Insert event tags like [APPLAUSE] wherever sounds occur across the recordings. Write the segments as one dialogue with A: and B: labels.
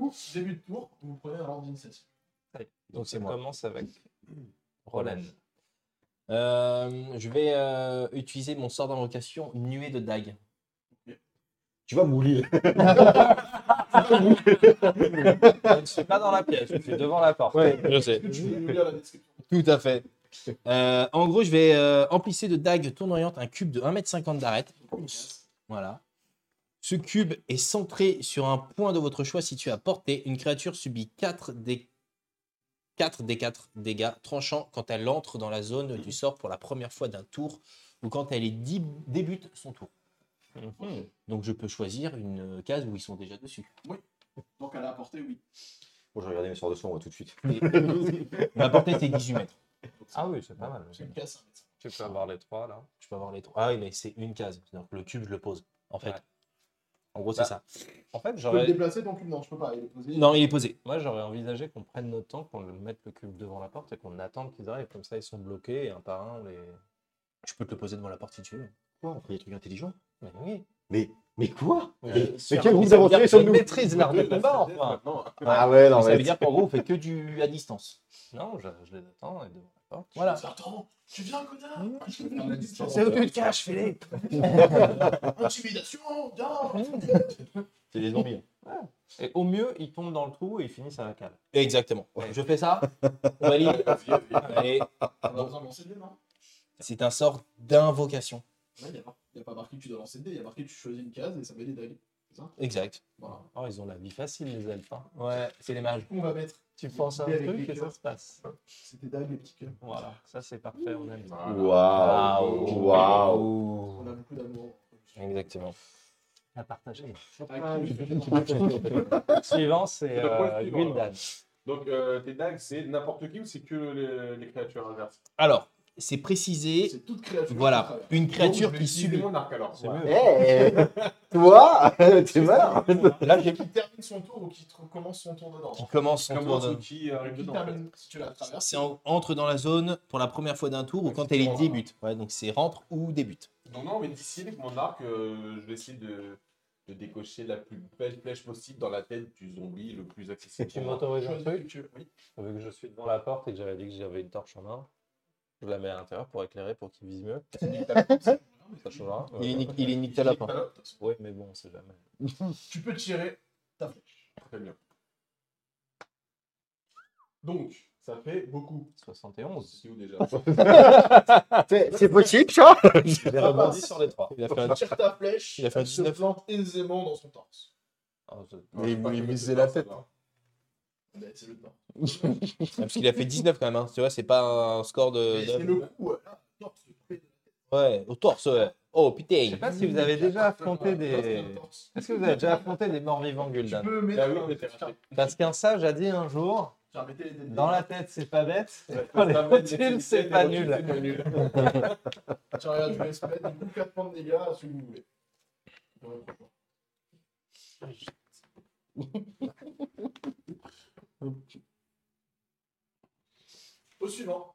A: ouf, début de tour, vous prenez un ordre d'initiative.
B: Donc
C: c'est
B: ça
C: moi.
B: commence avec [COUGHS] Roland.
C: Euh, je vais euh, utiliser mon sort d'invocation nuée de dague.
D: Tu vas mourir.
C: Je ne suis pas dans la pièce, je suis devant la porte.
B: Je sais.
A: Est-ce que tu peux nous lire la description
C: Tout à fait. Euh, en gros, je vais euh, emplisser de dague tournoyante un cube de 1m50 d'arête. Voilà. Ce cube est centré sur un point de votre choix situé à portée. Une créature subit 4 des 4 des 4 dégâts tranchants quand elle entre dans la zone
D: Mhm.
C: du sort pour la première fois d'un tour ou quand elle est dib- débute son tour.
B: Mhm.
C: Donc je peux choisir une case où ils sont déjà dessus.
A: Donc, à la portée, oui.
D: Bon, je vais regarder mes sorts de soins moi, tout de suite.
C: [LAUGHS] Ma portée c'est 18 mètres.
B: Ah oui, c'est pas mal.
A: C'est une casse. un médecin.
B: Tu peux avoir les trois là.
C: Je peux avoir les trois. Ah oui, mais c'est une case. Donc le cube, je le pose. En fait.
B: Ouais.
C: En gros,
B: Bah,
C: c'est ça.
B: En fait,
A: Je peux le
B: j'aurais...
A: déplacer, donc non, je peux pas. Il est posé.
C: Non, il est posé.
B: moi j'aurais envisagé qu'on prenne notre temps, qu'on le mette le cube devant la porte et qu'on attende qu'ils arrivent. Comme ça, ils sont bloqués et un par un, on les.
C: Je peux te le poser devant la porte si tu veux.
D: Quoi On fait des trucs intelligents
B: Mais oui.
D: Mais, mais quoi
B: Mais-
D: Mais, mais
B: sûr,
D: quel groupe
C: ça veut dire
D: d'aventuriers
C: que
D: sommes-nous
C: je maîtrise l'art de combat, enfin.
A: Maintenant,
D: Ah ouais, non,
C: Mais ça
D: mais.
C: veut dire qu'en gros, on fait que du à distance.
B: Non, je, je les attends et devant la porte.
C: Voilà.
A: Attends, tu viens, connard Je vais faire la distance.
C: C'est où tu te caches, fais-les
A: [LAUGHS] Intimidation, viens
D: C'est des zombies.
B: Et au mieux, ils tombent dans le trou et ils finissent à la cale.
C: Exactement. Je fais ça, on
D: [LAUGHS]
C: valide. Allez,
A: On a besoin de lancer le dé, non
C: c'est un sort d'invocation.
A: Là, il n'y a, pas- il hein. y a pas marqué que tu dois lancer le dé, il y a marqué que tu choisis une case et ça met des dagues. C'est ça
C: Exact.
A: Voilà.
B: Oh, ils ont la vie facile, les elfes. hein.
C: Ouais, c'est les mages.
A: On va mettre.
B: Tu penses à un
A: Et avec
B: truc
A: des
B: et ça
A: cœurs.
B: se passe.
A: C'est des dagues, les petits cœurs.
B: Voilà, ça c'est parfait, on aime ça.
D: Waouh Waouh
A: On a beaucoup d'amour.
C: Exactement.
B: À partager.
A: Ah,
B: [LAUGHS] Suivant, c'est
E: Le point
B: euh,
E: suivant, alors.
B: Gwyndad.
E: Donc, euh, tes dagues, c'est n'importe qui ou c'est que les, les créatures inverses
C: Alors, c'est précisé,
A: C'est toute créature. qui
C: voilà,
A: travaille.
C: une
E: Donc,
C: créature
E: je vais
C: qui
E: utiliser
C: subit.
E: mon arc alors.
B: C'est
E: Voilà.
B: mieux.
D: Eh Toi [LAUGHS] Tu meurs
C: Là, j'ai-
A: Qui termine son tour ou qui tr- commence son tour dedans
C: qui commence son tour
E: Comment ceux
C: de.
E: qui arrivent
A: Qui
E: euh, dedans en fait.
A: termine si tu la traverses
C: C'est en- entre dans la zone pour la première fois d'un tour ou quand elle y débute. Ouais, donc c'est rentre ou débute.
E: Donc, non, mais d'ici avec mon arc, euh, je vais essayer de, de décocher la plus belle flèche possible dans la tête du zombie le plus accessible.
B: Tu
E: pour moi.
B: m'autorises un
A: Choisis
B: truc
A: une créature, oui.
B: Vu que je suis devant la porte et que j'avais dit que j'avais une torche en main, je la mets à l'intérieur pour éclairer, pour qu'il vise mieux. [LAUGHS] Ça changera.
C: Il est, nick- il est nickel
D: [LAUGHS]
C: à point.
B: Oui, mais bon, on sait jamais.
A: Tu peux tirer.
E: Très bien. Donc, ça fait beaucoup.
B: 71.
E: C'est où déjà
D: C'est c'est possible ça
B: J'ai rebondi sur les trois.
C: Il a fait
A: Tu
C: un-
A: tires ta flèche.
C: Il a fait un
A: elle se
C: 19.
A: plante aisément dans son torse.
B: Oh, c'est-
E: Non, je sais
D: vous
E: pas,
D: lui
E: je vais
D: visez la
E: peut-être pas, ça
D: tête.
B: [LAUGHS]
E: va.
A: Mais Eh ben, C'est le temps.
C: Parce qu'il a fait 19 quand même, hein. tu vois, c'est pas un score de.
A: Mais C'est
C: de-
A: le coup. ouais. Ah, torse, c'est
C: Ouais, au torse. ouais. Oh
B: Je sais
C: putain.
B: pas Ah, si vous avez déjà affronté
A: le
B: des.
A: torse.
B: Est-ce que vous avez déjà affronté des morts vivants,
A: Tu
B: Gul'dan
A: peux mettre.
E: Ah oui, mais t'es
A: Tiens,
E: raté.
B: Parce qu'un sage a dit un jour
A: tiens, mettez les dés de
B: dans la
A: dés.
B: tête, c'est pas bête, dans
E: Ça
B: les
E: va,
B: rotules, Oh, c'est
E: les
B: pas
E: rotules,
B: nul.
E: c'est pas
B: [LAUGHS]
E: nul.
A: Tiens, regarde, je vais se mettre du coup 4 points de dégâts si vous voulez. Donc,
B: [LAUGHS]
A: Au suivant.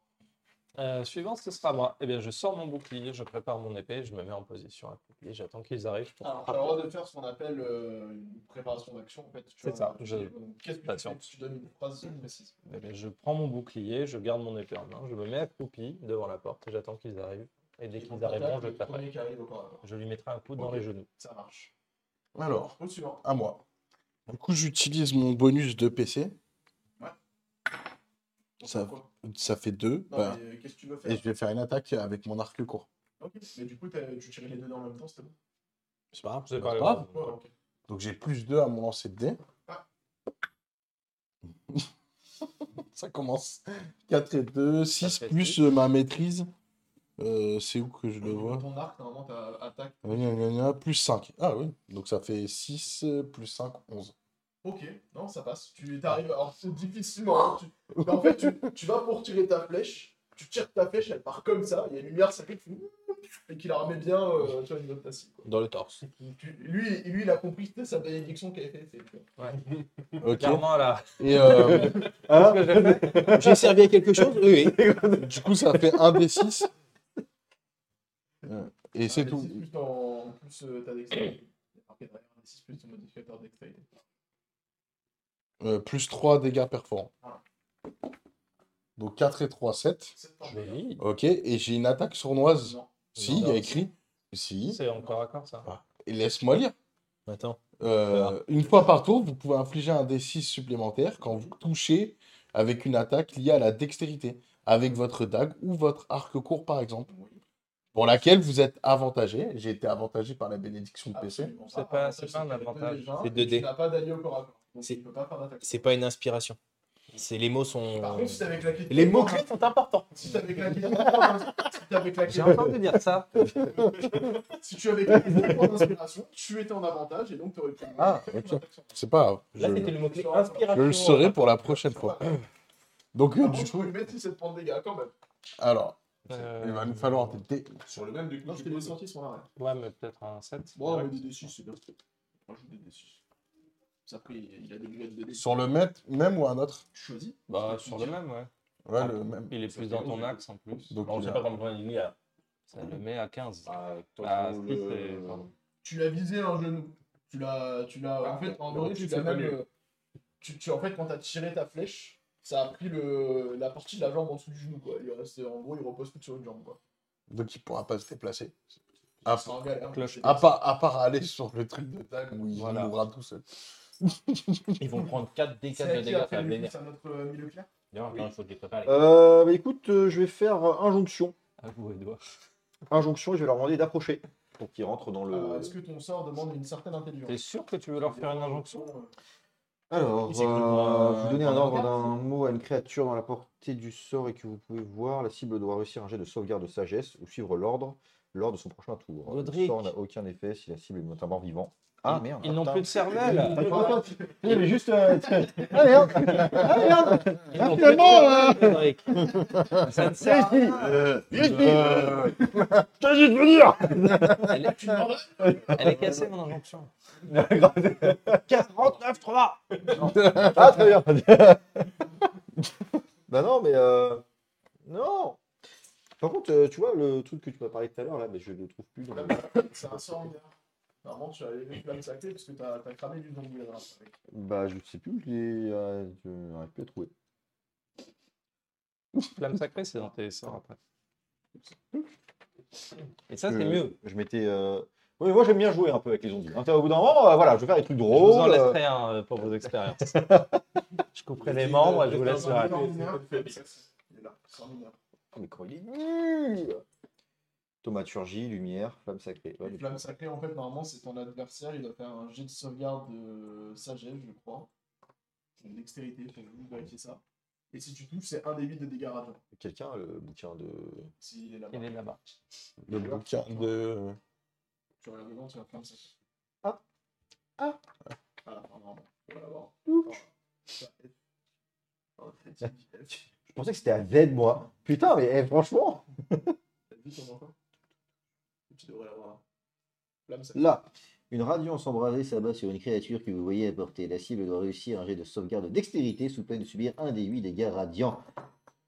B: Euh, suivant, ce sera moi. Eh bien, je sors mon bouclier, je prépare mon épée, je me mets en position à bouclier, j'attends qu'ils arrivent pour
A: Alors, tu as le droit de faire ce qu'on appelle euh, une préparation d'action. En fait, Tu
B: C'est
A: as-
B: ça, je-
A: Donc, Qu'est-ce que tu fais
B: patiente.
A: Tu donnes une phrase précise.
B: Eh bien, je prends mon bouclier, je garde mon épée en main, je me mets accroupi devant la porte et j'attends qu'ils arrivent. Et dès qu'ils arriveront, je
A: Le
B: taperai.
A: premier qui arrive au corps à corps.
B: Je lui mettrai un coup dans
A: Ok.
B: les genoux.
A: Ça marche.
F: Alors, ah,
A: Au suivant.
F: à moi. Du coup, j'utilise mon bonus de PC.
A: Ouais.
F: Ça,
A: Pourquoi
F: ça fait 2.
A: Non, mais euh, qu'est-ce que tu veux faire
F: Et je vais faire une attaque avec mon arc court.
A: Ok, mais du coup, t'as- tu tirais les deux en même temps, c'était bon
C: C'est pas grave.
B: C'est pas
C: grave.
B: grave.
A: Ouais, ok.
F: Donc j'ai plus 2 à mon lancer de dés. [LAUGHS] ça commence. 4 et 2, 6
B: fait
F: plus
B: six.
F: euh, ma maîtrise. Euh, c'est où que je le vois
A: Ton arc, normalement, t'as attaque.
F: Gna, gna, gna, Plus 5. Ah oui, donc ça fait 6 plus 5, 11.
A: Ok, non, ça passe. Tu
C: Ah.
A: t'arrives, alors c'est difficilement. hein, tu- Mais en fait, tu, tu vas pour tirer ta flèche, tu tires ta flèche, elle part comme ça, il y a une lumière, ça fait que tu- et qu'il la remet bien, euh, tu vois, une autre tasse, quoi.
C: Dans le torse.
A: Tu- lui, lui, il a compris que c'était sa bénédiction qu'elle avait fait. c'est-
B: [LAUGHS]
F: Ok.
B: Clairement, là.
F: Et euh,
B: ce
D: Hein
B: que j'ai fait,
C: J'ai servi à quelque chose Oui, oui.
F: du coup, ça fait 1 des 6. Et c'est
A: Ah, les
F: tout.
A: six Plus
C: [CLEARS THROAT]
A: en plus euh, ta dextérité. Il y a marqué derrière, les six plus ton modificateur dextérité.
F: Euh, plus 3 dégâts perforants. Donc 4 et 3, 7.
B: Mais
A: Ah,
B: oui,
F: Ok, et j'ai une attaque sournoise. Si, il y a écrit. Si,
B: c'est encore accord ça.
F: et laisse-moi lire.
C: Attends.
F: Euh, une fois par tour, vous pouvez infliger un D6 supplémentaire quand vous touchez avec une attaque liée à la dextérité, avec votre dague ou votre arc court par exemple, pour laquelle vous êtes avantagé. J'ai été avantagé par la bénédiction
C: Ah,
F: de PC.
A: Absolument Ah,
B: C'est pas-
A: Avantage,
B: c'est pas un
A: que
B: avantage,
A: les gens,
C: c'est 2D.
A: Tu n'as pas d'allié au corps à corps. Donc
C: C'est-
A: tu peux pas faire d'attaque.
C: C'est pas une inspiration. C'est les mots sont.
A: Par contre, si t'avais claqué.
C: Les mots clés sont importants.
A: Si t'avais
C: [LAUGHS]
A: claqué. deux points- Si t'avais claqué.
B: J'ai entendu dire ça.
A: Si tu avais claqué deux points d'inspiration, tu étais en avantage et donc t'aurais pu.
F: Ah, ok. C'est pas grave.
C: Là, c'était hein.
F: Je,
C: le mot clé inspiration.
F: je le saurai pour la prochaine fois. Donc,
C: Ah,
F: euh,
A: Par
F: du
A: contre,
F: coup,
A: tu mettre 17 points de dégâts quand même.
F: alors,
B: Euh,
F: [LAUGHS] il va nous falloir des dés.
E: Sur le même du coup.
A: Non, je t'ai sorti son arrêt.
B: Ouais, mais peut-être un 7.
A: Bon, on met des D6, c'est bien. Moi, je mets des D6. Ça, Après, il a des lunettes de D6.
F: Sur le maître, même ou un autre
A: Choisis.
B: Bah, sur le même, ouais.
F: Ouais, le même.
B: Il est plus dans ton axe en plus.
F: Donc,
B: Bon,
F: il
B: je sais
F: a-
B: pas combien il y a. Ça le met à 15. Ah,
E: Ah,
B: si, c'est- pardon.
A: Tu l'as visé un genou. Tu l'as. Tu l'as.
E: Ah,
A: en fait, en
E: donc,
A: vrai,
E: tu
A: tu
E: sais
A: l'as
E: pas
A: même.
E: mieux.
A: euh, Tu, tu- en fait, quand t'as tiré ta flèche, ça a pris le, la partie de la jambe en dessous du genou, quoi. Il reste, en gros, il repose plus sur une jambe, quoi.
F: Donc, il pourra pas se déplacer. Ah,
A: C'est un galère.
B: Cloche.
A: C'est-
F: À part, à part aller [LAUGHS] sur le truc de tag où il
B: Voilà.
F: mourra tout seul.
C: Ils vont prendre 4 d
A: c'est
C: 4 de
A: à qui
C: dégâts.
A: a
C: faire
A: fait le
C: vénère.
A: coup, C'est à notre euh, milieu clair.
B: D'ailleurs, encore une fois, je les prépare. les-
D: Euh, bah, écoute, euh, je vais faire euh, injonction.
B: À vous, Edouard.
D: Injonction, et je vais leur demander Ah, d'approcher pour qu'ils rentrent dans le.
A: Alors, Est-ce que ton sort demande une certaine intelligence
B: T'es sûr que tu veux leur faire une injonction
D: Alors,
B: Il s'écoule
D: euh,
B: pas,
D: vous donnez
B: euh,
D: un
B: dans
D: ordre
B: le
D: d'un mot à une créature dans la portée du sort et que vous pouvez voir. La cible doit réussir un jet de sauvegarde de sagesse ou suivre l'ordre lors de son prochain tour. Le
C: Godric.
D: sort n'a aucun effet si la cible est notamment vivant. Ah merde.
C: Ils n'ont plus de cervelle.
D: mais juste. Ah merde. Ah merde.
C: Ils n'ont plus de
D: finalement,
F: hein.
D: euh,
C: cervelle, Cédric. Ça ne sert à rien.
F: Euh,
C: Elle est, elle est cassée, mon injonction. 49-3
D: Ah très bien. [LAUGHS] bah non, mais euh, non. Par contre, euh, tu vois le truc que tu m'as parlé tout à l'heure là, mais je ne le trouve plus. Dans le-
A: C'est un sort mineur. Normalement, tu as les flammes sacrées parce que t'as t'as cramé du nombre de la drape avec.
D: Bah je sais plus où je l'ai. euh, je n'arrive plus à trouver.
B: Flamme sacrée, c'est dans tes sorts après. Et ça, c'est
D: que
B: mieux.
D: Je m'étais. euh, Oui, moi j'aime bien jouer un peu avec les zombies. hein. Au bout d'un moment, euh, voilà, je vais faire des trucs
B: Je vous en
D: drôles. euh,
B: laisserai un euh, pour vos expériences. je couperai les membres et je vous laisserai.
A: un
B: raconter.
A: sort mineur. Il est là, sort mineur.
D: oh, mais comment il est nul Thaumaturgie, lumière, flamme sacrée. Ouais,
A: Les
D: mais-
A: flammes sacrées, en fait, normalement, c'est ton adversaire, il doit faire un jet de sauvegarde de sagesse, je crois. Une dextérité, je vais juste vérifier ça. Et si tu touches, c'est un des 8 de dégâts radiants.
D: Quelqu'un, a le bouquin de.
A: S'il est là-bas.
B: Il est là-bas.
F: le bouquin de.
A: Tu regardes devant, tu as flamme sacrée.
D: Ah. Ah.
A: Voilà, normalement. Tu vas l'avoir. Oh, F.
D: Je pensais que c'était à Z, moi. Putain, mais eh, franchement,
A: T'as vu ton enfant Tu devrais l'avoir là. Flamme sacrée.
D: là. Une radiance embrasée s'abat sur une créature que vous voyez à portée. La cible doit réussir un jet de sauvegarde de dextérité sous peine de subir un des huit dégâts radiants.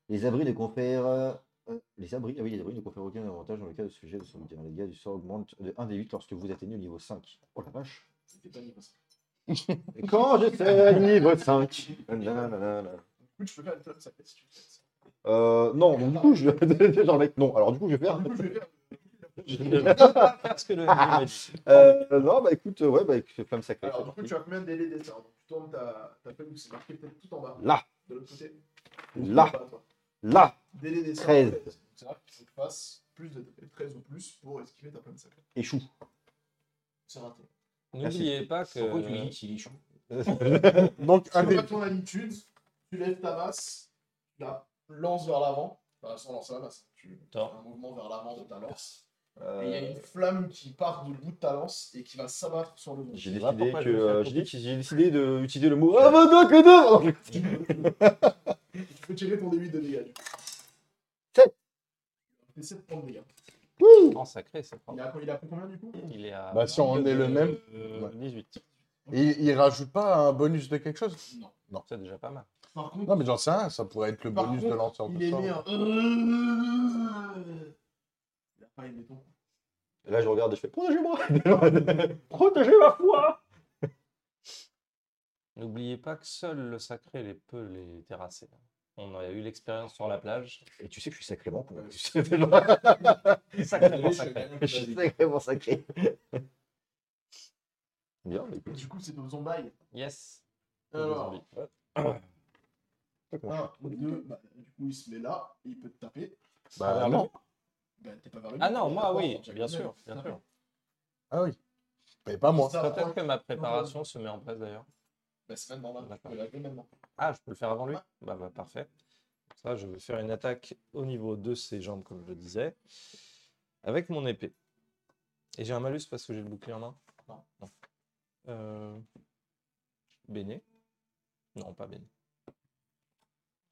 D: Les abris ne confèrent. euh, euh, Les abris, ah oui, les abris ne confèrent aucun avantage dans le cas de ce jet de sauvegarde. Les dégâts du sort augmentent de 1 des 8 lorsque vous atteignez le niveau 5. Oh la vache.
A: C'était pas niveau cinq.
D: Et Quand je serai niveau 5.
A: Du coup, tu peux faire une flamme sacrée si tu veux.
D: Euh, non, donc du coup, je vais genre, mec, non. Alors, du coup, je vais faire.
A: Du coup, je [LAUGHS] vais faire.
B: Je ne peux pas faire ce que le jeu me dit.
D: Euh, non, bah écoute, euh, ouais, bah écoute, flamme sacrée.
A: Alors, du
D: c'est
A: coup, tu as combien de délais des sorts Donc, tu tournes ta, ta feuille où c'est marqué peut-être tout en bas.
D: Là.
A: De l'autre côté.
D: Là.
A: Pas, toi.
D: Là,
A: Délai des sorts.
D: 13.
A: C'est vrai qu'il faut que tu fasses plus de 13 ou plus pour esquiver ta flamme sacrée. [LAUGHS]
D: échoue.
A: C'est raté.
B: N'oubliez pas que.
C: euh,
D: qu'il échoue
F: Donc, un
A: C'est
F: des.
A: pas ton habitude. Tu lèves ta masse, tu la lances vers l'avant. Enfin, sans lancer la masse. Tu fais
B: Attends.
A: un mouvement vers l'avant de ta lance. Et il y a une flamme qui part du bout de ta lance et qui va s'abattre sur le monde.
D: J'ai
B: vois
D: décidé
B: pourquoi
D: que
B: je me suis
D: euh, j'ai
B: accroché.
D: dit- j'ai décidé d'utiliser le mot. Ah bah non, que non
A: tu peux tirer ton D8 de dégâts. du coup.
D: Sept.
A: Fais 7 points de dégâts.
B: En sacré, c'est pas.
A: Il a, il a pris combien du coup
B: Il est à.
F: Bah, si on est le même,
B: Euh,
F: ouais.
B: 18.
F: il, il rajoute pas un bonus de quelque chose
A: Non.
B: C'est déjà pas mal.
A: Par contre,
F: Non, mais j'en sais rien, ça pourrait être le
A: Par
F: bonus
A: contre,
F: de lanceur
A: Il
F: de
A: est
F: sort.
A: né un. Il a pas aimé ton.
D: [LAUGHS] Là, je [LAUGHS] regarde et je fais Protégez-moi Protégez ma foi
B: N'oubliez pas que seul le sacré les peut les terrasser. On a eu l'expérience sur la plage.
D: Et tu sais que je suis sacrément con.
E: Ouais.
D: Tu sais, genre,
B: Sacrément sacré.
D: [LAUGHS] je suis sacrément sacré. Bien, bah, mais
A: Du coup, c'est nos zombailles.
B: Yes.
A: Alors,
B: Zombie. Hop.
A: 1, 2, bah, du coup, il se met là, il peut te taper.
F: Bah non.
A: Bah, t'es pas vers le
B: Ah
A: mur,
B: non,
A: t'es
B: moi
A: d'accord,
B: oui,
A: Jean-Jacques
B: bien
A: Goldman.
B: sûr, bien sûr.
F: Ah oui. Mais pas moi.
A: Ça,
B: Peut-être
A: ouais.
B: que ma préparation se met en place d'ailleurs.
A: Bah, c'est maintenant là, tu
B: D'accord.
A: peux l'appeler maintenant.
B: Ah, je peux le faire avant lui Bah, bah, parfait. Ça, je vais faire une attaque au niveau de ses jambes, comme je le disais, avec mon épée. Et j'ai un malus parce que j'ai le bouclier en main Non. non. Euh... Béné Non, pas Béné.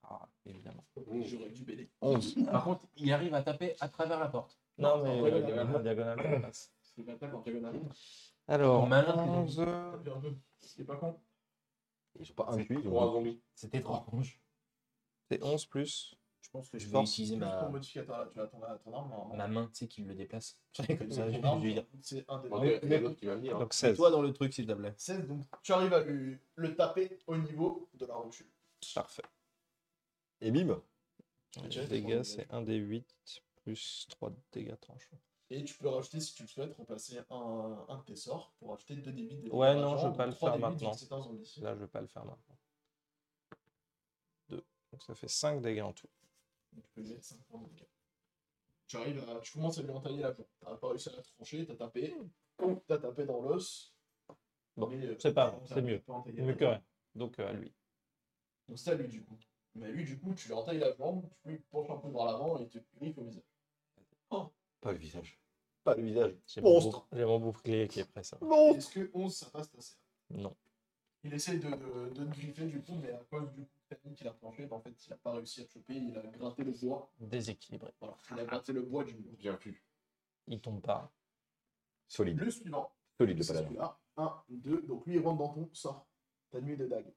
B: Ah, évidemment.
A: J'aurais dû bêler.
F: 11.
C: Par contre, il arrive à taper à travers la porte.
B: Non,
A: mais-
B: mais en diagonale, ça passe.
A: C'est l'attaque en diagonale.
B: Alors,
C: malin,
B: 11.
A: Ah, bien, un peu. C'est pas con.
D: ils ont pas un cul. ils ont-
E: Pour un zombie.
C: C'est étrange.
B: C'est 11 plus.
A: Je pense que
C: Je
A: je
C: vais
A: force
C: utiliser
B: Bah,
A: juste ton
C: ma,
A: modificateur là, tu vas attendre à ton arme. normalement.
C: ma main, tu sais, qui me le déplace.
B: [LAUGHS]
C: Comme ça, je
A: Ton
C: je
A: arme,
C: lui dis.
A: C'est un des
E: Bon, Il y a l'autre qui va venir.
B: Donc 16.
C: Toi dans le truc, s'il te plaît.
A: 16, donc tu arrives à lui, le taper au niveau de la rotule.
B: Parfait.
D: Et bim
B: Les dégâts, c'est 1 des 8 plus 3 dégâts tranchants.
A: Et tu peux rajouter, si tu le souhaites, remplacer un, un de tes sorts pour rajouter 2 débits de
B: Ouais, non, je
A: vais
B: vais pas le faire maintenant.
A: C'est un zombie.
B: Là, je vais pas le faire maintenant. 2. Donc ça fait 5 dégâts en tout.
A: Donc, tu peux lui mettre 5 points de dégâts. Tu arrives à- Tu commences à lui entailler la peau. T'as pas réussi à la trancher, t'as tapé. T'as tapé dans l'os.
B: Bon,
A: Mais, euh,
B: c'est pas-
A: t'as-
B: c'est
A: t'as
B: mieux.
A: pas entaillé la
B: Mieux
A: jambe.
B: que rien. Donc euh, à lui.
A: Donc c'est à lui du coup. Mais lui du coup, tu lui entailles la jambe, tu peux lui pencher un peu vers l'avant et il te griffe au visage.
D: Pas le visage. Pas le visage.
B: J'ai mon,
D: Monstre.
B: bouc- j'ai mon bouclier qui est prêt, ça. va.
A: Est-ce que 11 ça passe ta serre
B: Non.
A: Il essaye de, de, de te griffer du coup, mais à cause du coup de panique qu'il a planché, bah, en fait il a pas réussi à te choper, il a gratté le bois.
B: Déséquilibré.
A: Voilà, il a gratté le bois du mur.
E: Bien plus.
B: Il tombe pas.
D: Solide.
A: Le suivant,
D: Solide le
A: c'est
D: paladin.
A: celui-là. 1, 2, donc lui il rentre dans ton sort. Ta nuit de dague.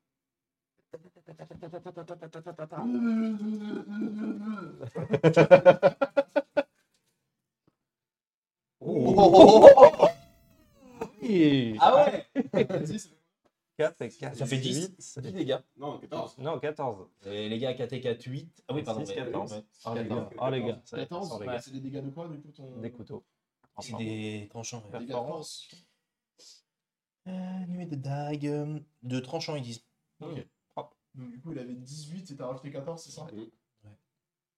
B: Ah ouais [LAUGHS]
A: Vas-y, c'est-
B: 4 et 4.
C: Ça fait 10.
B: 10 dégâts.
E: Non, 14.
B: Non, 14.
C: Et les gars, 4 et 4, 8. Ah oui, pardon.
B: 6,
C: mais-
B: 14.
C: mais-
B: Oh les
C: 14.
B: gars. Oh les gars. Ça va être
A: 14,
B: sans les
A: bah,
B: gars.
A: c'est des dégâts de quoi du coup ton...
B: Des couteaux.
C: C'est des tranchants.
A: Des
C: ouais.
A: dégâts de force.
C: Euh, nuée de dague. euh, De tranchants, ils disent.
A: Ok.
B: Hop.
A: Donc du coup il avait 18 et t'as rajouté 14, c'est ça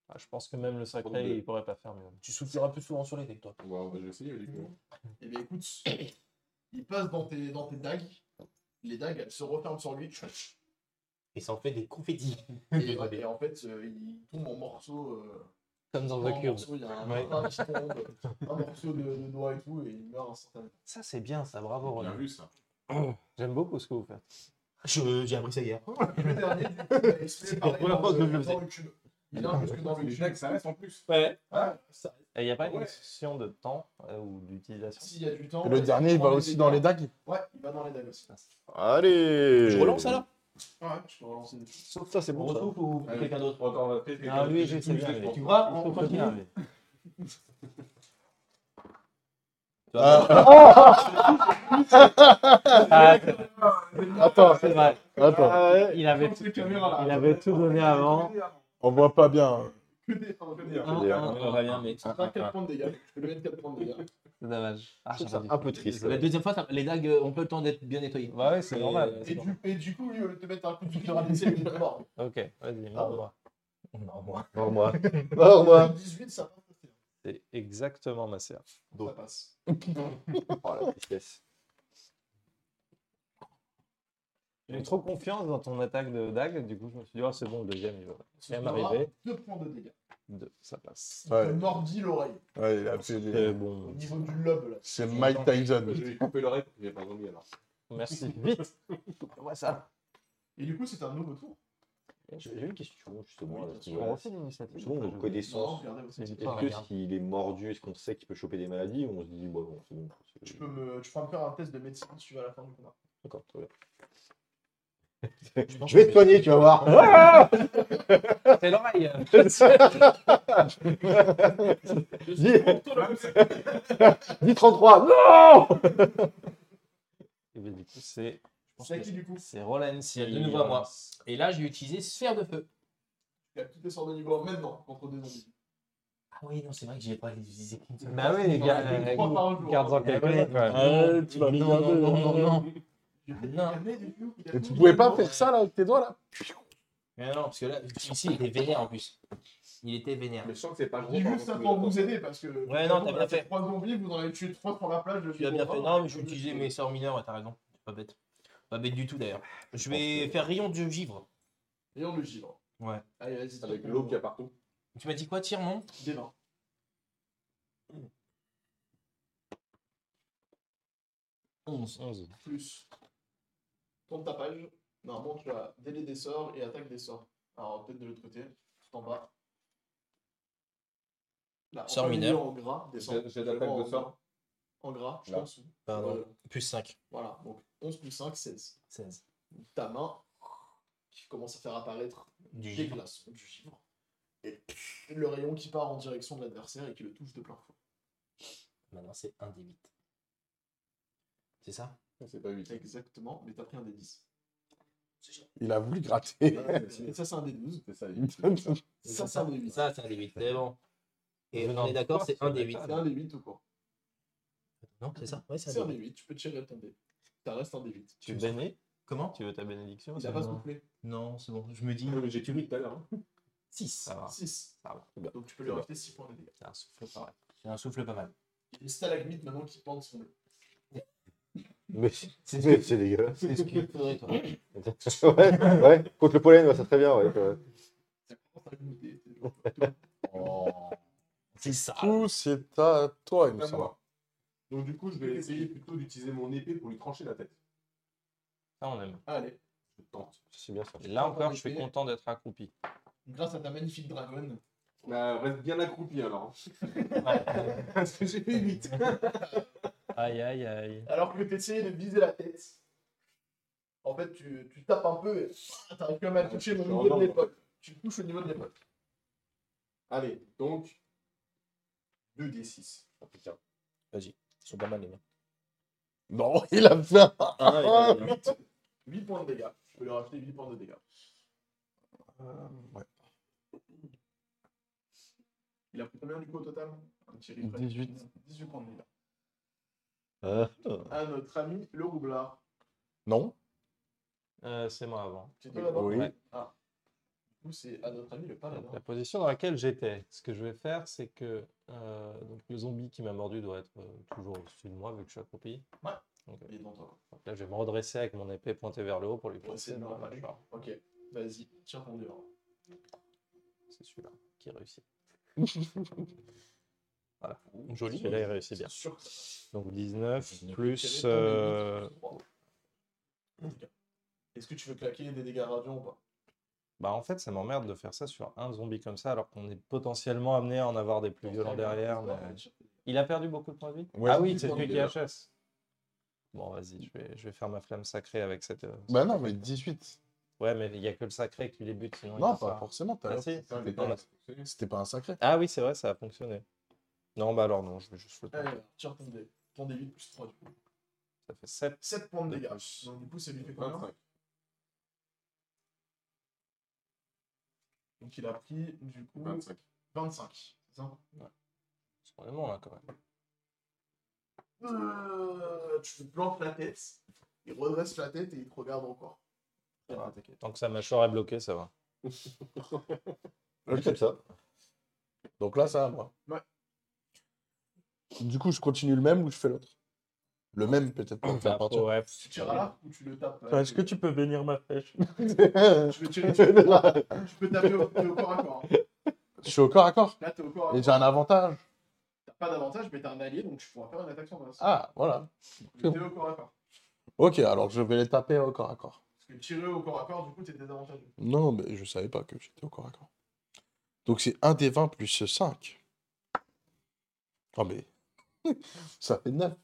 B: Ah, je pense que même le sacré,
E: Trente-deux.
B: il pourrait pas faire mieux.
C: Tu soutiras plus souvent sur les decks, toi.
E: Bon, bah, je vais essayer du coup.
A: Et Eh bien écoute, il passe dans tes, dans tes dagues, les dagues elles se referment sur lui,
C: Et ça en fait des confettis.
A: et, ouais, et en fait euh, il tombe en morceaux. euh,
B: Comme dans
A: en
B: The Cure.
A: morceaux, il y a un,
B: Ouais.
A: un qui tombe, un morceau de, de doigt et tout, et il meurt instantanément. [LAUGHS]
B: Ça, c'est bien, ça. Bravo,
E: Bien
B: Roland.
E: vu ça.
B: J'aime beaucoup ce que vous faites.
C: Je- J'ai appris ça hier.
A: Et le dernier, du coup, bah, il se met
C: C'est
A: pareil
C: la première
A: dans
C: fois que
A: le-
C: je le
A: dans
C: faisais.
A: le cube. Il a jusque dans le
E: Les
A: cube.
E: dagues, ça reste en plus.
B: Ouais.
A: Ah, ça-
B: Et il n'y a pas une
E: Ouais.
B: question de temps euh, ou d'utilisation
A: S'il y a du temps.
F: Le
A: il
F: dernier, il
A: prend
F: va aussi dans les dagues.
A: Ouais, il va dans les dagues aussi.
D: Allez
C: Je relance alors
A: Ouais, je peux relancer dessus.
D: Sauf ça, c'est
C: On
D: bon. ça.
C: retrouve ou
E: Allez.
C: quelqu'un d'autre
E: Encore un fait.
B: Non, lui, Ah, je sais bien, lui.
C: Tu vois,
B: Il faut
C: on
B: continuer.
C: continue.
B: Ah,
F: Attends,
B: c'est vrai.
F: attends.
D: Ah,
B: Il avait, tout- il avait tout donné avant.
F: On voit pas bien. hein.
A: Que des 1, que des
B: Un,
D: dire.
B: un, un.
C: On va bien, mais.
A: Ça fera 4 points de dégâts. Je peux lui mettre 4 points de dégâts.
B: C'est dommage. Ah,
D: Je trouve
B: j'aurais
D: ça
B: dû
D: un
B: faire.
D: peu triste.
C: La deuxième fois, ça- les dagues euh, ont pas le temps d'être bien nettoyées.
B: Bah ouais, c'est
C: Et-
B: normal.
A: Et du, et du coup, lui, au lieu de te mettre un coup de futur à l'essai, il est mort. [LAUGHS]
B: Ok, vas-y,
A: Ah ouais.
B: moi.
C: Non, moi.
D: Mort moi. [LAUGHS] Mort moi.
A: 18, ça passe.
B: C'est exactement ma sœur.
A: Ça passe.
D: Oh la tristesse.
B: J'ai eu trop confiance dans ton attaque de dague, du coup, je me suis dit, oh, c'est bon, le deuxième, il va.
A: Ça
B: Même arrivé.
A: 2 points de dégâts.
B: Deux, ça passe.
A: Il
F: Ouais.
A: te mordit l'oreille.
F: Ouais, il a
B: C'est
F: absolument-
A: Au
B: Euh, bon.
A: niveau du lobe, là.
F: Euh, C'est Mike Tyson.
E: Je vais couper l'oreille parce que j'ai pas zombie alors.
B: Merci. [LAUGHS] Vite. Moi, ça.
A: Et du coup, c'est un nouveau tour.
D: Eh, J'ai j'ai une question justement.
A: Oui,
D: à ce
A: bien
B: On
D: niveau-là.
B: refait l'initiative.
D: Souvent, on connaît
A: Non,
D: sens.
A: regardez aussi.
B: C'est
D: Est-ce
B: Ah,
D: que
B: regarde.
D: s'il est mordu, est-ce qu'on sait qu'il peut choper des maladies ou on se dit, bon, bon, c'est bon. c'est-
A: Tu peux, me... tu pourras me faire un test de médecine si tu vas à la fin du combat.
D: D'accord, très bien. Je vais te soigner, tu vas voir.
B: C'est
D: [LAUGHS]
B: l'oreille.
D: Dis, dis 33. Non
B: Et bien, du coup, c'est pense
A: C'est à
B: que
A: qui du coup
B: C'est Roland.
C: Il y a de nouveau à moi. Et là, j'ai utilisé sphère de feu.
A: Il a tout descendu de niveau en maintenant contre des zombies.
C: Ah oui, non, c'est vrai que j'ai pas utilisé.
B: Bah oui, les
A: gars, euh,
B: gardes en
A: garde-en
B: quelques
F: tu vas
C: Ah, non,
F: regarder,
C: non, non, non, non. Non.
A: Non.
F: Et tu pouvais pas faire ça là avec tes doigts là
C: Mais non, parce que là, ici, il était vénère en plus. Il était vénère.
E: Mais je sens que euh, c'est pas
A: Je
E: gros.
A: dis
E: par
A: juste ça
E: contre,
A: pour
E: le-
A: vous aider parce que.
C: Ouais, non, t'as bien fait.
A: 3 zombies, vous en avez tué 3 sur la plage.
C: Tu as bien fait. Non, mais j'ai utilisé mes sorts mineurs, ouais, t'as raison. C'est Pas bête. Pas bête du tout d'ailleurs. Je vais faire rayon de givre.
A: Et on le givre.
C: Ouais.
A: Allez, vas-y.
E: Avec l'eau qu'il y a partout.
C: Tu m'as dit quoi, tire non
A: Des vingt.
C: Ah,
A: plus ton tapage. Normalement, tu as délai des sorts et attaque des sorts. Alors, peut-être de l'autre côté, tout en bas. Là, en
C: Sort
A: plein milieu,
C: mineur.
A: En gras, des sorts.
E: J'ai- j'ai d'attaque
A: En
E: de
A: gras,
E: sort.
A: En gras, je
E: Là.
A: pense.
C: Pardon.
A: Voilà.
C: Euh, Plus 5.
A: Voilà, donc 11 plus 5, 16.
C: 16.
A: Ta main qui commence à faire apparaître
C: Du
A: des
C: givre.
A: glaces, du givre. Et pff, le rayon qui part en direction de l'adversaire et qui le touche de plein fouet.
C: Maintenant, c'est 1 des 8. C'est ça
E: C'est pas 8.
A: Exactement, mais t'as pris un des 10.
F: Il a voulu [LAUGHS] gratter.
A: Et ça, c'est un des 12.
E: C'est ça,
A: Ça, c'est un des 8.
C: Ça, c'est un des 8. C'est bon. Et
B: Mais
C: on
B: non,
C: est d'accord, c'est Ah,
B: c'est
C: 1 des 8.
A: C'est un des 8 ou quoi
C: Non, c'est ça Ouais, c'est
A: C'est
C: un
A: un
C: des
A: D8,
C: 8.
A: tu peux tirer ton dé. Ça reste un D8.
B: Tu bénis
C: Comment
B: Tu veux ta bénédiction
A: Il a
B: ça
A: pas
B: va
A: soufflé.
C: Non, c'est bon. Je me dis.
E: J'ai tué tout à l'heure. hein.
C: 6.
B: Ça va.
A: 6.
B: Ça va.
A: Donc tu peux lui
E: C'est
A: rajouter 6 points de dégâts.
B: C'est un souffle pareil.
C: J'ai un souffle pas mal.
A: Il y a des stalagmites maintenant qui pendent son bleu.
D: Mais
C: C'est
D: mais c'est dégueulasse.
C: C'est
A: [LAUGHS]
C: ce qu'il faudrait, toi.
D: [LAUGHS] ouais, ouais, contre le pollen, ouais, ça serait bien. Ouais, ouais.
A: Ça commence à goûter.
C: C'est ça.
F: Tout c'est à toi, il me semble.
E: Donc du coup, je vais essayer plutôt d'utiliser mon épée pour lui trancher la tête.
B: Ça, on aime.
A: Allez,
E: Je tente.
D: C'est bien ça.
B: Et là encore, je suis
A: épée.
B: content d'être accroupi.
A: grâce à ta magnifique dragonne,
E: Bah, reste bien accroupi alors. [LAUGHS] Parce que j'ai fait 8.
B: Aïe, aïe, aïe.
A: alors que tu essayais de viser la tête, en fait tu, tu tapes un peu et [LAUGHS] ah, t'arrives quand même à toucher au
E: Je
A: niveau
E: revends,
A: de l'épaule. Tu touches au niveau de l'épaule.
E: Allez, donc 2d6. Ah, putain.
C: Ils sont pas mal, les mecs.
F: Non, [LAUGHS] il a fait un.
C: Ah,
A: 8 points de dégâts. Tu peux lui rajouter 8 points de dégâts. Il a pris combien du coup au total Un petit refresh.
F: 18.
A: 18 points de dégâts.
D: Ah.
A: À notre ami le roublard.
F: Non
B: Euh, c'est moi avant.
A: C'est toi d'abord
F: Oui.
A: Nous, c'est à notre ami le paladin.
B: La position dans laquelle j'étais, ce que je vais faire, c'est que euh, donc le zombie qui m'a mordu doit être euh, toujours au-dessus de moi, vu que je suis accroupi.
A: Ouais.
B: Donc, euh,
A: Il est dans toi.
B: donc là, je vais me redresser avec mon épée pointée vers le haut pour lui
A: c'est
B: passer.
A: le droit, pas lui. Ok, vas-y, tiens ton hein. dehors.
B: c'est celui-là qui réussit.
A: Ouh,
B: Joli. Celui-là, il réussit bien.
A: C'est sûr que ça
B: Donc 19
A: tirer
B: plus.
A: ton
B: euh,
A: élite, trois. Dégâts. Est-ce que tu veux claquer des dégâts radiants ou pas
B: Bah en fait, ça m'emmerde de faire ça sur un zombie comme ça, alors qu'on est potentiellement amené à en avoir des plus violents derrière.
A: Ouais,
B: mais-
A: tu-
B: Il a perdu beaucoup de points de vie
F: Ouais,
B: Ah
F: j'ai
B: oui,
F: dix
B: c'est
F: points
B: celui
F: de
B: qui
F: vie,
B: HS. Bon, vas-y, je vais, je vais faire ma flamme sacrée avec cette. euh,
F: Bah non, mais 18.
B: Ouais, mais il n'y a que le sacré qui les bute, sinon. il
F: Non,
B: meurt
F: pas forcément. tout à
B: Ah,
F: l'heure.
B: si.
F: C'était
B: Dans la-
F: pas- C'était pas un sacré.
B: Ah oui, c'est vrai, ça a fonctionné. Non, bah alors non, je vais juste le prendre.
A: Allez, tire ton dé. Ton dé 8 plus 3 du coup.
B: Ça fait 7.
A: 7 points de
B: De
A: dégâts.
B: plus.
A: Donc du coup, c'est lui fait combien
E: 25.
A: Donc il a pris du coup
E: 25.
A: 25. C'est ça
B: C'est vraiment là quand même.
A: Euh, Tu te plantes la tête, il redresse la tête et il te regarde encore.
B: Ça va. Tant que sa mâchoire est bloquée, ça va.
D: Ok, Comme ça.
F: Donc là, ça va, moi.
A: Ouais.
F: Du coup, je continue le même ou je fais l'autre Le même, peut-être, pour le faire
B: Après,
F: partir.
B: ouais.
A: Tu tires à l'arc ou tu le tapes
B: Est-ce que tu peux bénir ma flèche
A: Tu veux tirer, tu peux, tu peux taper au, t'es au corps à corps. hein.
F: [LAUGHS] je suis au corps à corps.
A: Là, t'es au corps à
F: Et
A: corps.
F: j'ai un avantage.
A: T'as pas d'avantage, mais t'as un allié, donc tu pourras faire une attaque sans masse.
F: Ah, voilà.
A: Mais T'es au corps à corps.
F: Ok, alors je vais les taper au corps à corps.
A: Parce que tirer au corps à corps, du coup, t'es désavantageux.
F: Non, mais je savais pas que j'étais au corps à corps. Donc c'est 1 des 20 plus 5. Ah mais... [LAUGHS] Ça fait 9.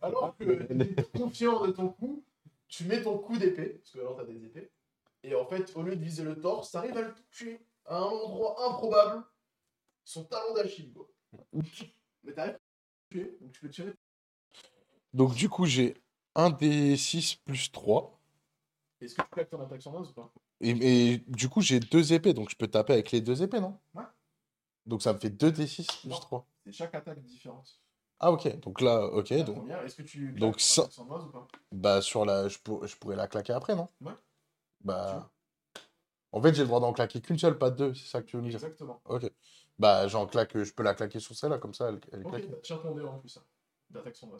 A: Alors que
F: Ah,
A: t'es confiant de ton coup, tu mets ton coup d'épée, parce que alors t'as des épées, et en fait, au lieu de viser le torse, t'arrives à le toucher à un endroit improbable, son talon d'Achille, quoi. Mais t'arrives à le toucher, donc tu peux tirer.
F: Donc du coup, j'ai 1 des 6 plus 3.
A: Est-ce que tu claques ton attaque sans main ou pas
F: Et, et du coup, j'ai deux épées, donc je peux taper avec les deux épées, non
A: Ouais.
F: Donc ça me fait 2 des 6
A: Non.
F: plus 3.
A: C'est chaque attaque différente.
F: Ah, ok. Donc là, ok.
A: La
F: Donc,
A: première, est-ce que tu claques
F: donc
A: ton
F: ça-
A: attaque sans main ou pas
F: bah, sur la. Je, pour- je pourrais la claquer après, non
A: Ouais.
F: Bah. En fait, j'ai le droit d'en claquer qu'une seule, pas deux, c'est ça que tu veux me dire.
A: Exactement.
F: Ok. Bah, j'en claque, je peux la claquer sur celle-là, comme ça, elle, elle est
A: Ok,
F: claquée.
A: bah, tiens ton dé en plus. hein, D'attaque sans main.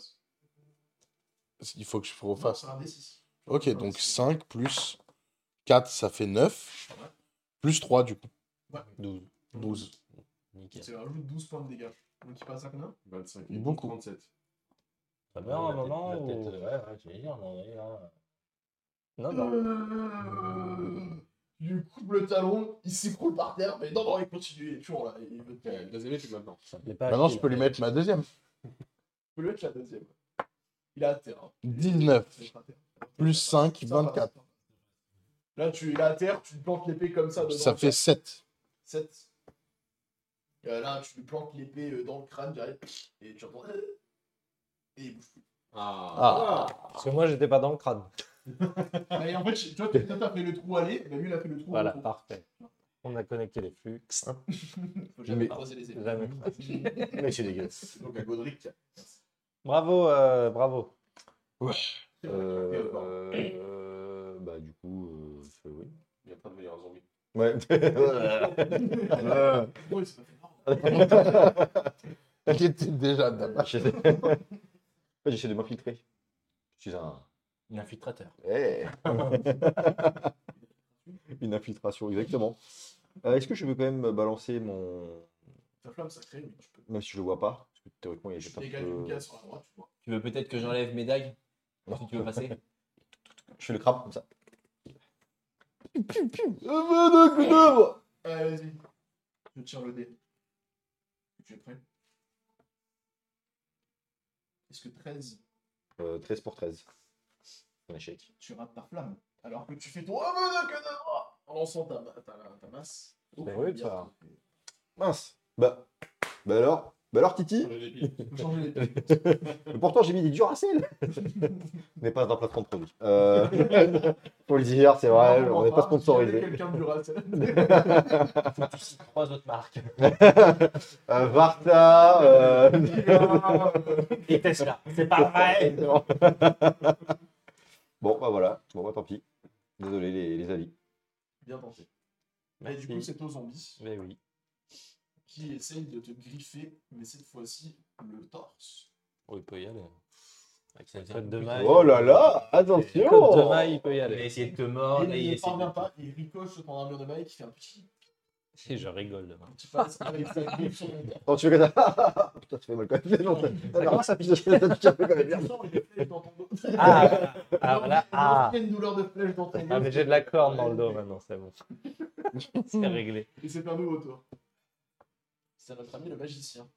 F: Il faut que je
A: Non,
F: refasse.
A: C'est un D6.
F: Ok,
A: Ouais,
F: donc
A: c'est-
F: 5 plus 4, ça fait 9.
A: Ouais.
F: Plus 3, du coup.
A: Ouais.
B: 12.
F: 12.
B: Nickel.
A: Tu rajoutes 12 points de dégâts. Donc il passe à combien
E: 25
F: Beaucoup.
E: 37.
B: Ça
E: Ouais,
B: meurt Bah, à un
E: la tête-
B: moment
E: la
B: ou...
C: euh,
E: tête,
B: Ouais, ouais, j'allais dire, non, mais là...
F: Ah
B: Non,
F: bah.
B: non.
A: Euh, Il lui coupe le talon, il s'écroule par terre, mais non, non, il continue, il est toujours là. Il veut...
E: Ouais, Deuxième étude maintenant.
B: ça plaît pas à
F: Maintenant,
B: qui,
F: je peux
B: là.
F: lui mettre ma deuxième.
A: Il peut lui mettre la deuxième. Il est à terre. hein.
F: 19.
A: Il est à terre.
F: Plus
A: Ça passe,
F: 5,
A: ça passe.
F: 24.
A: Là, tu il est à terre, tu lui plantes l'épée comme ça. dedans.
F: Ça fait 7.
A: 7. Euh, là, tu lui plantes l'épée euh, dans le crâne, direct, et tu entends. [LAUGHS] Et il bouge plus.
E: Ah.
B: Parce que moi, j'étais pas dans le crâne.
A: Mais en fait, tu vois, toi, t'as fait le trou aller, mais lui, il a fait le trou
B: Voilà,
A: retour.
B: parfait. On a connecté les flux.
A: Faut jamais
F: Mais-
A: croiser les épées.
D: [LAUGHS]
B: Jamais.
F: Mais c'est dégueulasse.
E: [LAUGHS] Donc à Godric.
B: Bravo, euh, bravo.
E: Euh,
A: bah,
D: Euh, bah, du coup, euh, je- oui.
E: Il n'y a pas de meilleur zombie. [LAUGHS]
D: Ouais. [LAUGHS] Euh,
A: Ouais, c'est pas fait marrant.
F: Elle était déjà dedans.
D: J'essaie [LAUGHS] de- J'essaie de m'infiltrer. Je suis un.
C: L'infiltrateur.
D: [LAUGHS] Eh. Une infiltration, exactement. Euh, Est-ce que je veux quand même balancer mon.
A: Ta flamme sacrée, oui, tu peux.
D: Même si je le vois pas, parce que théoriquement il y a
A: Tu
D: peut-être un
A: dégages
D: peu-
A: une case sur la droite, tu vois.
C: Tu veux peut-être que j'enlève mes dagues Si tu veux passer
D: Je fais le crabe comme ça.
A: Allez, vas-y. Je tire le dé. Tu es prêt Est-ce que 13,
D: Euh, 13 pour 13. Un échec.
A: tu rates ta flamme Alors que tu fais ton. Ah, mon Dieu, que de- Ah En lançant ta, ma- ta, ta masse. Oh,
B: Ben oui,
A: bien.
B: ça.
D: Mince. Bah. Bah alors Bah alors Titi
A: Faut changer les pieds.
D: Mais Pourtant j'ai mis des Duracell On [LAUGHS] n'est pas un plateforme produit. Euh... [LAUGHS] Faut le dire, c'est vrai, on n'est pas
A: Si
D: sponsorisé.
A: jamais quelqu'un du race.
C: [LAUGHS] Trois autres marques.
D: Euh, Varta, euh... [LAUGHS]
C: Et Tesla. C'est pas vrai
D: Bon bah voilà, bon bah tant pis. Désolé les, les avis.
A: Bien pensé. Et du
B: Merci.
A: coup, c'est aux zombies
B: Mais oui.
A: qui essayent de te griffer, mais cette fois-ci, le torse.
B: Oh, il peut y aller. Avec sa
C: Ça
B: tête de
C: devient compliqué.
B: maille.
D: Oh là là,
B: Avec sa côte de
D: attention
B: maille, il peut y
C: Il a
B: aller.
C: essayé de te
B: Oh,
C: mordre. là,
A: et il
C: il
A: ne
C: essaie de-
A: parvient pas, il ricoche sur ton armure de maille qui fait un petit,
B: Et je rigole demain.
A: petit passe avec sa griffe sur ton
D: Quand tu fais comme ça, [LAUGHS] putain tu fais mal quand même. Non, ça- ça fait vraiment ça pique de ça pique un peu quand même.
A: Tu sens une flèche dans ton dos.
B: [LAUGHS] Ah, voilà. Ah, voilà.
A: Ah.
B: Ah,
A: Il y a une douleur de flèche dans ton dos.
B: Ah, mais j'ai de la corne dans le dos maintenant, c'est bon. c'est réglé.
A: Et c'est un nouveau tour. C'est à notre ami le magicien.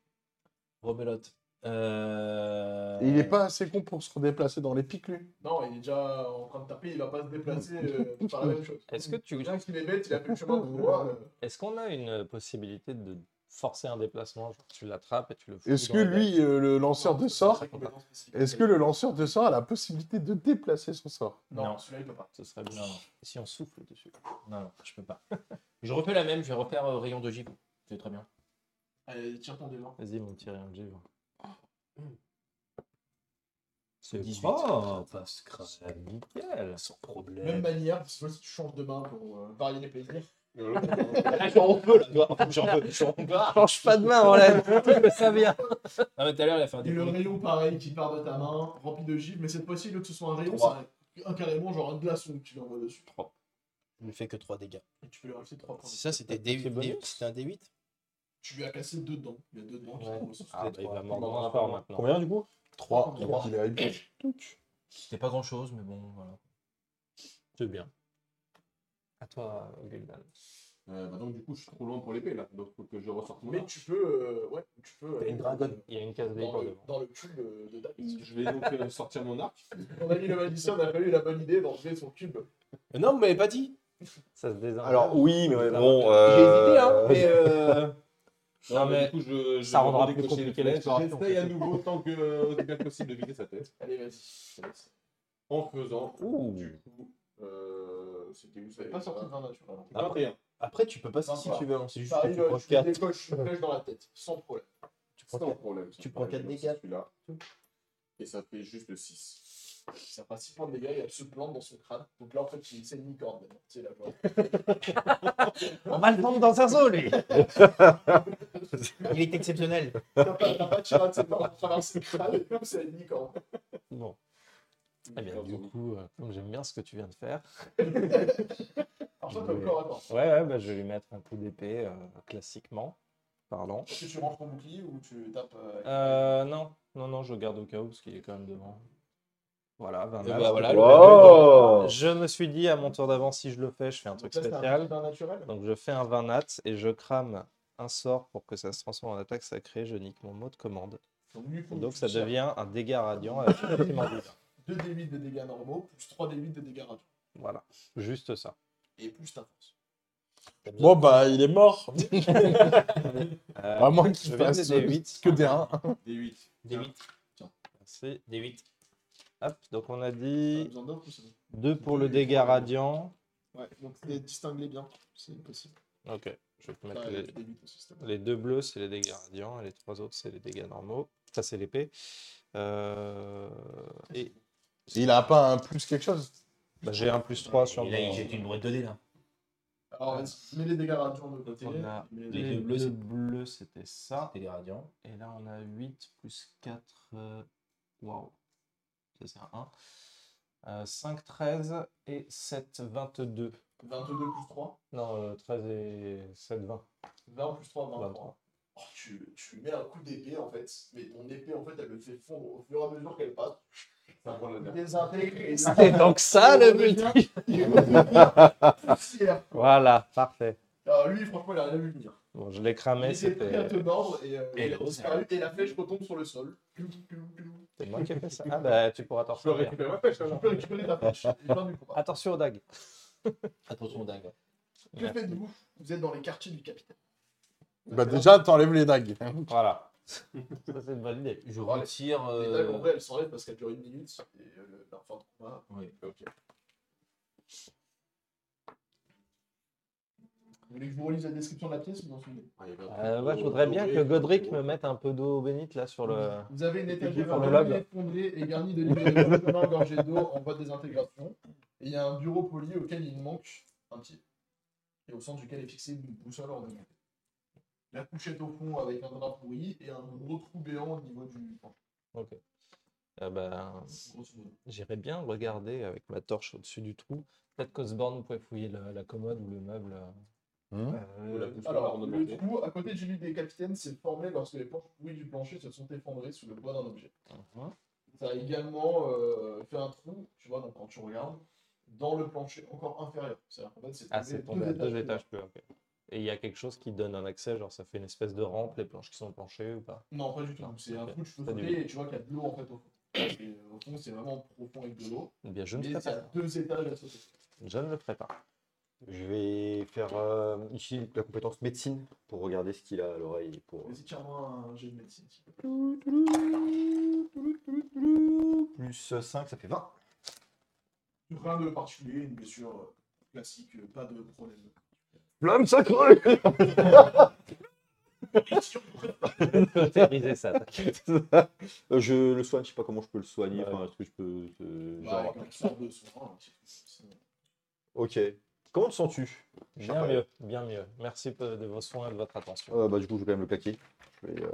C: Rebelote. Euh...
F: Il est pas assez con pour se redéplacer dans les pics, lui.
A: Non, il est déjà en train de taper, il va pas se déplacer euh, par la même chose.
B: Est-ce que tu...
A: Bien qu'il est bête, il a fait le chemin pour moi. euh,
B: Est-ce qu'on a une possibilité de forcer un déplacement genre, Tu l'attrapes et tu le fous.
F: Est-ce
B: dans
F: que
B: la gueule
F: lui, euh, le lanceur de
A: c'est sa
F: sort,
A: compétence spécifique.
F: est-ce que le lanceur de sort a la possibilité de déplacer son sort
A: Non,
B: Non.
A: celui-là, il peut pas.
B: Ce serait bien.
C: Non.
B: Si on souffle dessus.
C: Non, non, je peux pas. [LAUGHS] Je refais la même, je vais refaire euh, rayon de givre. C'est très bien.
A: Allez, tire ton devant.
B: Vas-y, ils vont tirer un givre. C'est
C: 18.
B: propre.
C: passe crasse.
B: C'est nickel.
C: Sans
A: Même
C: problème.
A: manière, parce que si tu changes de main pour euh, varier les plaisirs.
C: Là, j'en peux, là. toi. J'en peux, j'en peux.
B: Change pas de main, enlève. [LAUGHS] tu le sais bien.
C: Non, mais tout à l'heure, il a fait un
A: Et le
C: décompte.
A: rayon, pareil, qui part de ta main, rempli de givre, mais cette fois-ci, au lieu que ce soit un rayon, c'est
C: Trois.
A: un, un carrément genre un glaçon que tu lui envoies dessus.
C: Il ne fait que 3 dégâts.
A: Et tu peux lui rajouter 3 points.
C: C'est ça, c'était D-
B: C'est
C: D-
B: bonus
C: c'était un D8
A: Tu lui as cassé deux dents. Il y a deux dents qui
B: Ouais.
A: tombent sur
B: Ah,
A: tes
B: bah, il
A: doigts.
B: va mordre
E: Bon,
B: encore
E: bon,
B: maintenant.
D: Combien du coup
F: 3.
A: Trois.
F: Donc il est à huit.
C: C'était pas grand chose, mais bon, voilà.
B: C'est bien. À toi, Guldan.
E: Euh, bah donc du coup je suis trop loin pour l'épée là, donc faut que je ressorte mon
A: Mais
E: arc.
A: tu peux. euh, ouais, tu peux.
C: T'as une
A: euh,
C: dragonne.
B: Il y a une case
A: Dans
B: d'écran
A: le,
B: devant.
A: dans le cube euh, de Dax.
E: Je vais donc euh, sortir mon arc.
A: On a mis le magicien, on a fallu la bonne idée d'enlever son cube.
C: Euh, non, vous m'avez pas dit
B: Ça se désintègre.
D: Alors oui, mais
B: Ça
D: bon.
B: va.
C: J'ai
D: euh,
C: hésité, hein, mais euh...
E: Non,
B: Non,
E: mais
B: mais
E: du coup je, je
B: ça
E: vais
B: rendra plus
E: redécocher les
B: compliqué
E: calèches.
B: l'exploration,
E: J'essaye à
B: c'est
E: nouveau tant que euh, bien possible de vider sa tête.
A: Allez, vas-y. je te laisse.
E: en faisant
B: Ouh.
E: du coup. euh, C'était où ça
A: Pas sorti de 20 naturel.
B: Ah,
E: 21.
B: Après, tu peux passer
A: Non,
B: si
A: voilà.
B: tu veux. hein, C'est juste que
A: T'arrives,
B: tu prends
A: euh, tu
B: 4.
A: décoches une flèche dans la tête, sans problème.
B: Tu prends
E: Sans problème.
D: tu prends quatre dégâts.
E: là Et ça fait juste 6.
A: Ça passe 6 points de dégâts et elle se plante dans son crâne. Donc là, en fait, il- c'est une licorne. maintenant. C'est la joie.
C: On va le prendre dans un zoo, lui Il est exceptionnel.
A: T'as pas, t'as pas tiré de ses mains à travers son crâne, comme c'est une licorne.
B: Bon. Eh bien,
E: D'accord.
B: du coup, euh, comme j'aime bien ce que tu viens de faire,
A: Alors toi, t'as encore attends.
B: ouais, ouais, bah, je vais lui mettre un coup d'épée, euh, classiquement parlant.
A: Est-ce que tu ranges ton bouclier ou tu tapes euh,
B: Euh, non, non, non, je garde au cas où, parce qu'il est quand même devant. Voilà, 20
C: Eh
B: balles.
C: ben voilà, le-
D: Oh
B: Je me suis dit, à mon tour d'avant, si je le fais, je fais un
A: donc
B: truc
A: là, c'est un
B: spécial.
A: résultat naturel
B: Donc je fais un 20 nat et je crame un sort pour que ça se transforme en attaque sacrée. Je nique mon mot de commande.
A: Donc, lui, faut que
B: Donc
A: tu
B: ça
A: tires
B: devient un dégât radiant. avec un petit mandibule.
A: 2 d8 de dégâts normaux, plus 3 d8 de dégâts radiaux.
B: [LAUGHS] Voilà, juste ça.
A: Et plus ta force.
F: Bon, bah, il est mort.
B: Euh,
F: À moins
B: je
F: qu'il
B: viens
F: fasse
B: des 8.
F: que des 1.
E: D8.
C: Des 8.
B: Merci.
C: Des 8.
B: Hop, donc on a
A: T'as
B: dit
A: besoin d'autres ou c'est bon
B: 2 pour le dégât radiant.
A: Ouais, donc les distinguer bien, c'est possible.
B: Ok, je vais te
A: Là,
B: mettre
A: les
B: les,
A: d8 aussi, c'est bon.
B: les deux bleus, c'est les dégâts radiants, et les trois autres, c'est les dégâts normaux. Ça, c'est l'épée. Euh, et
F: Il a pas un plus quelque chose.
B: bah, j'ai un plus 3 sur
C: Et là,
B: mon-
C: il jette une boîte de dés, là.
A: Alors, vas-y, mets les dégâts radiaux de côté.
B: On a
A: mets
C: les
A: les-
C: deux bleus,
B: bleus,
C: c'est-
B: c'était ça.
C: C'était des radiants.
B: Et là, on a 8 plus 4. Waouh. Ça, c'est un 1. 5, 13 et 7, 22.
A: 22 plus 3.
B: Non, euh, 13 et 7, 20.
A: 20 plus 3, 23.
B: 23.
A: Oh, tu, tu mets un coup d'épée en fait, mais ton épée en fait elle le fait fondre au fur et à mesure qu'elle passe.
E: Ça prend la
A: Il
E: dernière.
A: désintègre et
C: [LAUGHS] C'est donc ça, le but
A: il redevient poussière.
B: Voilà, parfait.
A: Alors lui franchement il a rien vu venir.
B: Bon, je l'ai cramé,
A: il est prêt à
B: c'était
A: te mordre et, euh,
C: Et
A: il a
C: l'autre,
A: disparu, et la flèche retombe sur le sol.
B: c'était moi qui ai fait ça. Ah bah, tu pourras t'en
E: Je peux
B: ressortir.
E: récupérer ma pêche
A: Je
E: alors.
A: peux récupérer ta flèche. J'ai perdu le combat.
B: Attention aux dagues.
C: Attention, dingue.
E: Ah,
A: Que faites-vous Vous êtes dans les quartiers du capitaine.
F: Bah, déjà, t'enlèves les dagues.
B: Voilà. [LAUGHS] ça, c'est une bonne idée.
C: Je retire...
A: Les
C: euh,
A: dagues en vrai elles s'enlèvent parce qu'elles durent une minute et euh, le- leur fin de combat. Euh,
C: Oui.
A: Ok. Vous voulez que je vous relise la description de la pièce ou vous en souvenez
E: Ah, il y avait un
B: Euh,
E: truc
B: ouais, je
E: d'eau-
B: voudrais bien
E: doré,
B: que Godric
E: d'eau.
B: me mette un peu d'eau bénite là sur le.
A: Vous avez une étagère
B: pour le
A: à
B: lab.
A: moitié effondrée et garnie de livres de parchemin gorgés d'eau en voie de désintégration. Et il y a un bureau poli auquel il manque un pied. Et au centre duquel est fixée une boussole ornementée. La couchette au fond avec un drap pourri et un gros trou béant au niveau du ventre,
B: Euh, bah,
A: grosso modo.
B: J'irais bien regarder avec ma torche au-dessus du trou. Peut-être qu'Osborne pourrait fouiller la, la commode ou le meuble. euh.
F: Hmm.
E: Ou la boussole
A: Euh, Alors, le
E: ornementée.
A: trou à côté du lit des capitaines s'est formé lorsque les planches pourries du plancher se sont effondrées sous le poids d'un objet.
B: Mhm.
A: Ça a également euh, fait un trou, tu vois, donc quand tu regardes, dans le plancher encore inférieur. C'est-à-dire qu'en fait, c'est
B: Ah, c'est tombé
A: deux
B: à deux
A: plus bas.
B: étages plus haut, ok. Et il y a quelque chose qui donne un accès, genre ça fait une espèce de rampe, les planches qui sont penchées ou pas.
A: Non, pas du tout.
B: Non,
A: C'est un
B: ok.
A: trou, tu peux
B: Pas du
A: sauter et tu vois qu'il y a de l'eau en fait au fond. Et, euh, au fond, c'est vraiment profond avec de l'eau.
B: Eh bien, je ne
A: Mais il y
B: ferai pas.
A: a deux étages à sauter.
B: Je ne le ferai pas.
D: Je vais faire euh, ici la compétence médecine pour regarder ce qu'il a à l'oreille. Pour... euh,
A: Vas-y, tire-moi un jet de médecine. s'il te plaît.
D: Plus 5, ça fait 20.
A: Rien de particulier, une blessure euh, classique, euh, pas de problème.
D: Flamme sacrée
B: Théoriser ça.
D: [LAUGHS] Euh, Je le soigne, je sais pas comment je peux le soigner.
B: Ouais.
D: Enfin, est-ce que je peux. euh,
A: Bah,
D: genre-
A: avec un sort de soin. hein.
D: Ok. Comment te sens-tu
B: Bien
D: Chapelle.
B: mieux, bien mieux. Merci peu- de vos soins et de votre attention.
D: Euh, Bah, du coup, je vais quand même le plaquer. Je vais. euh,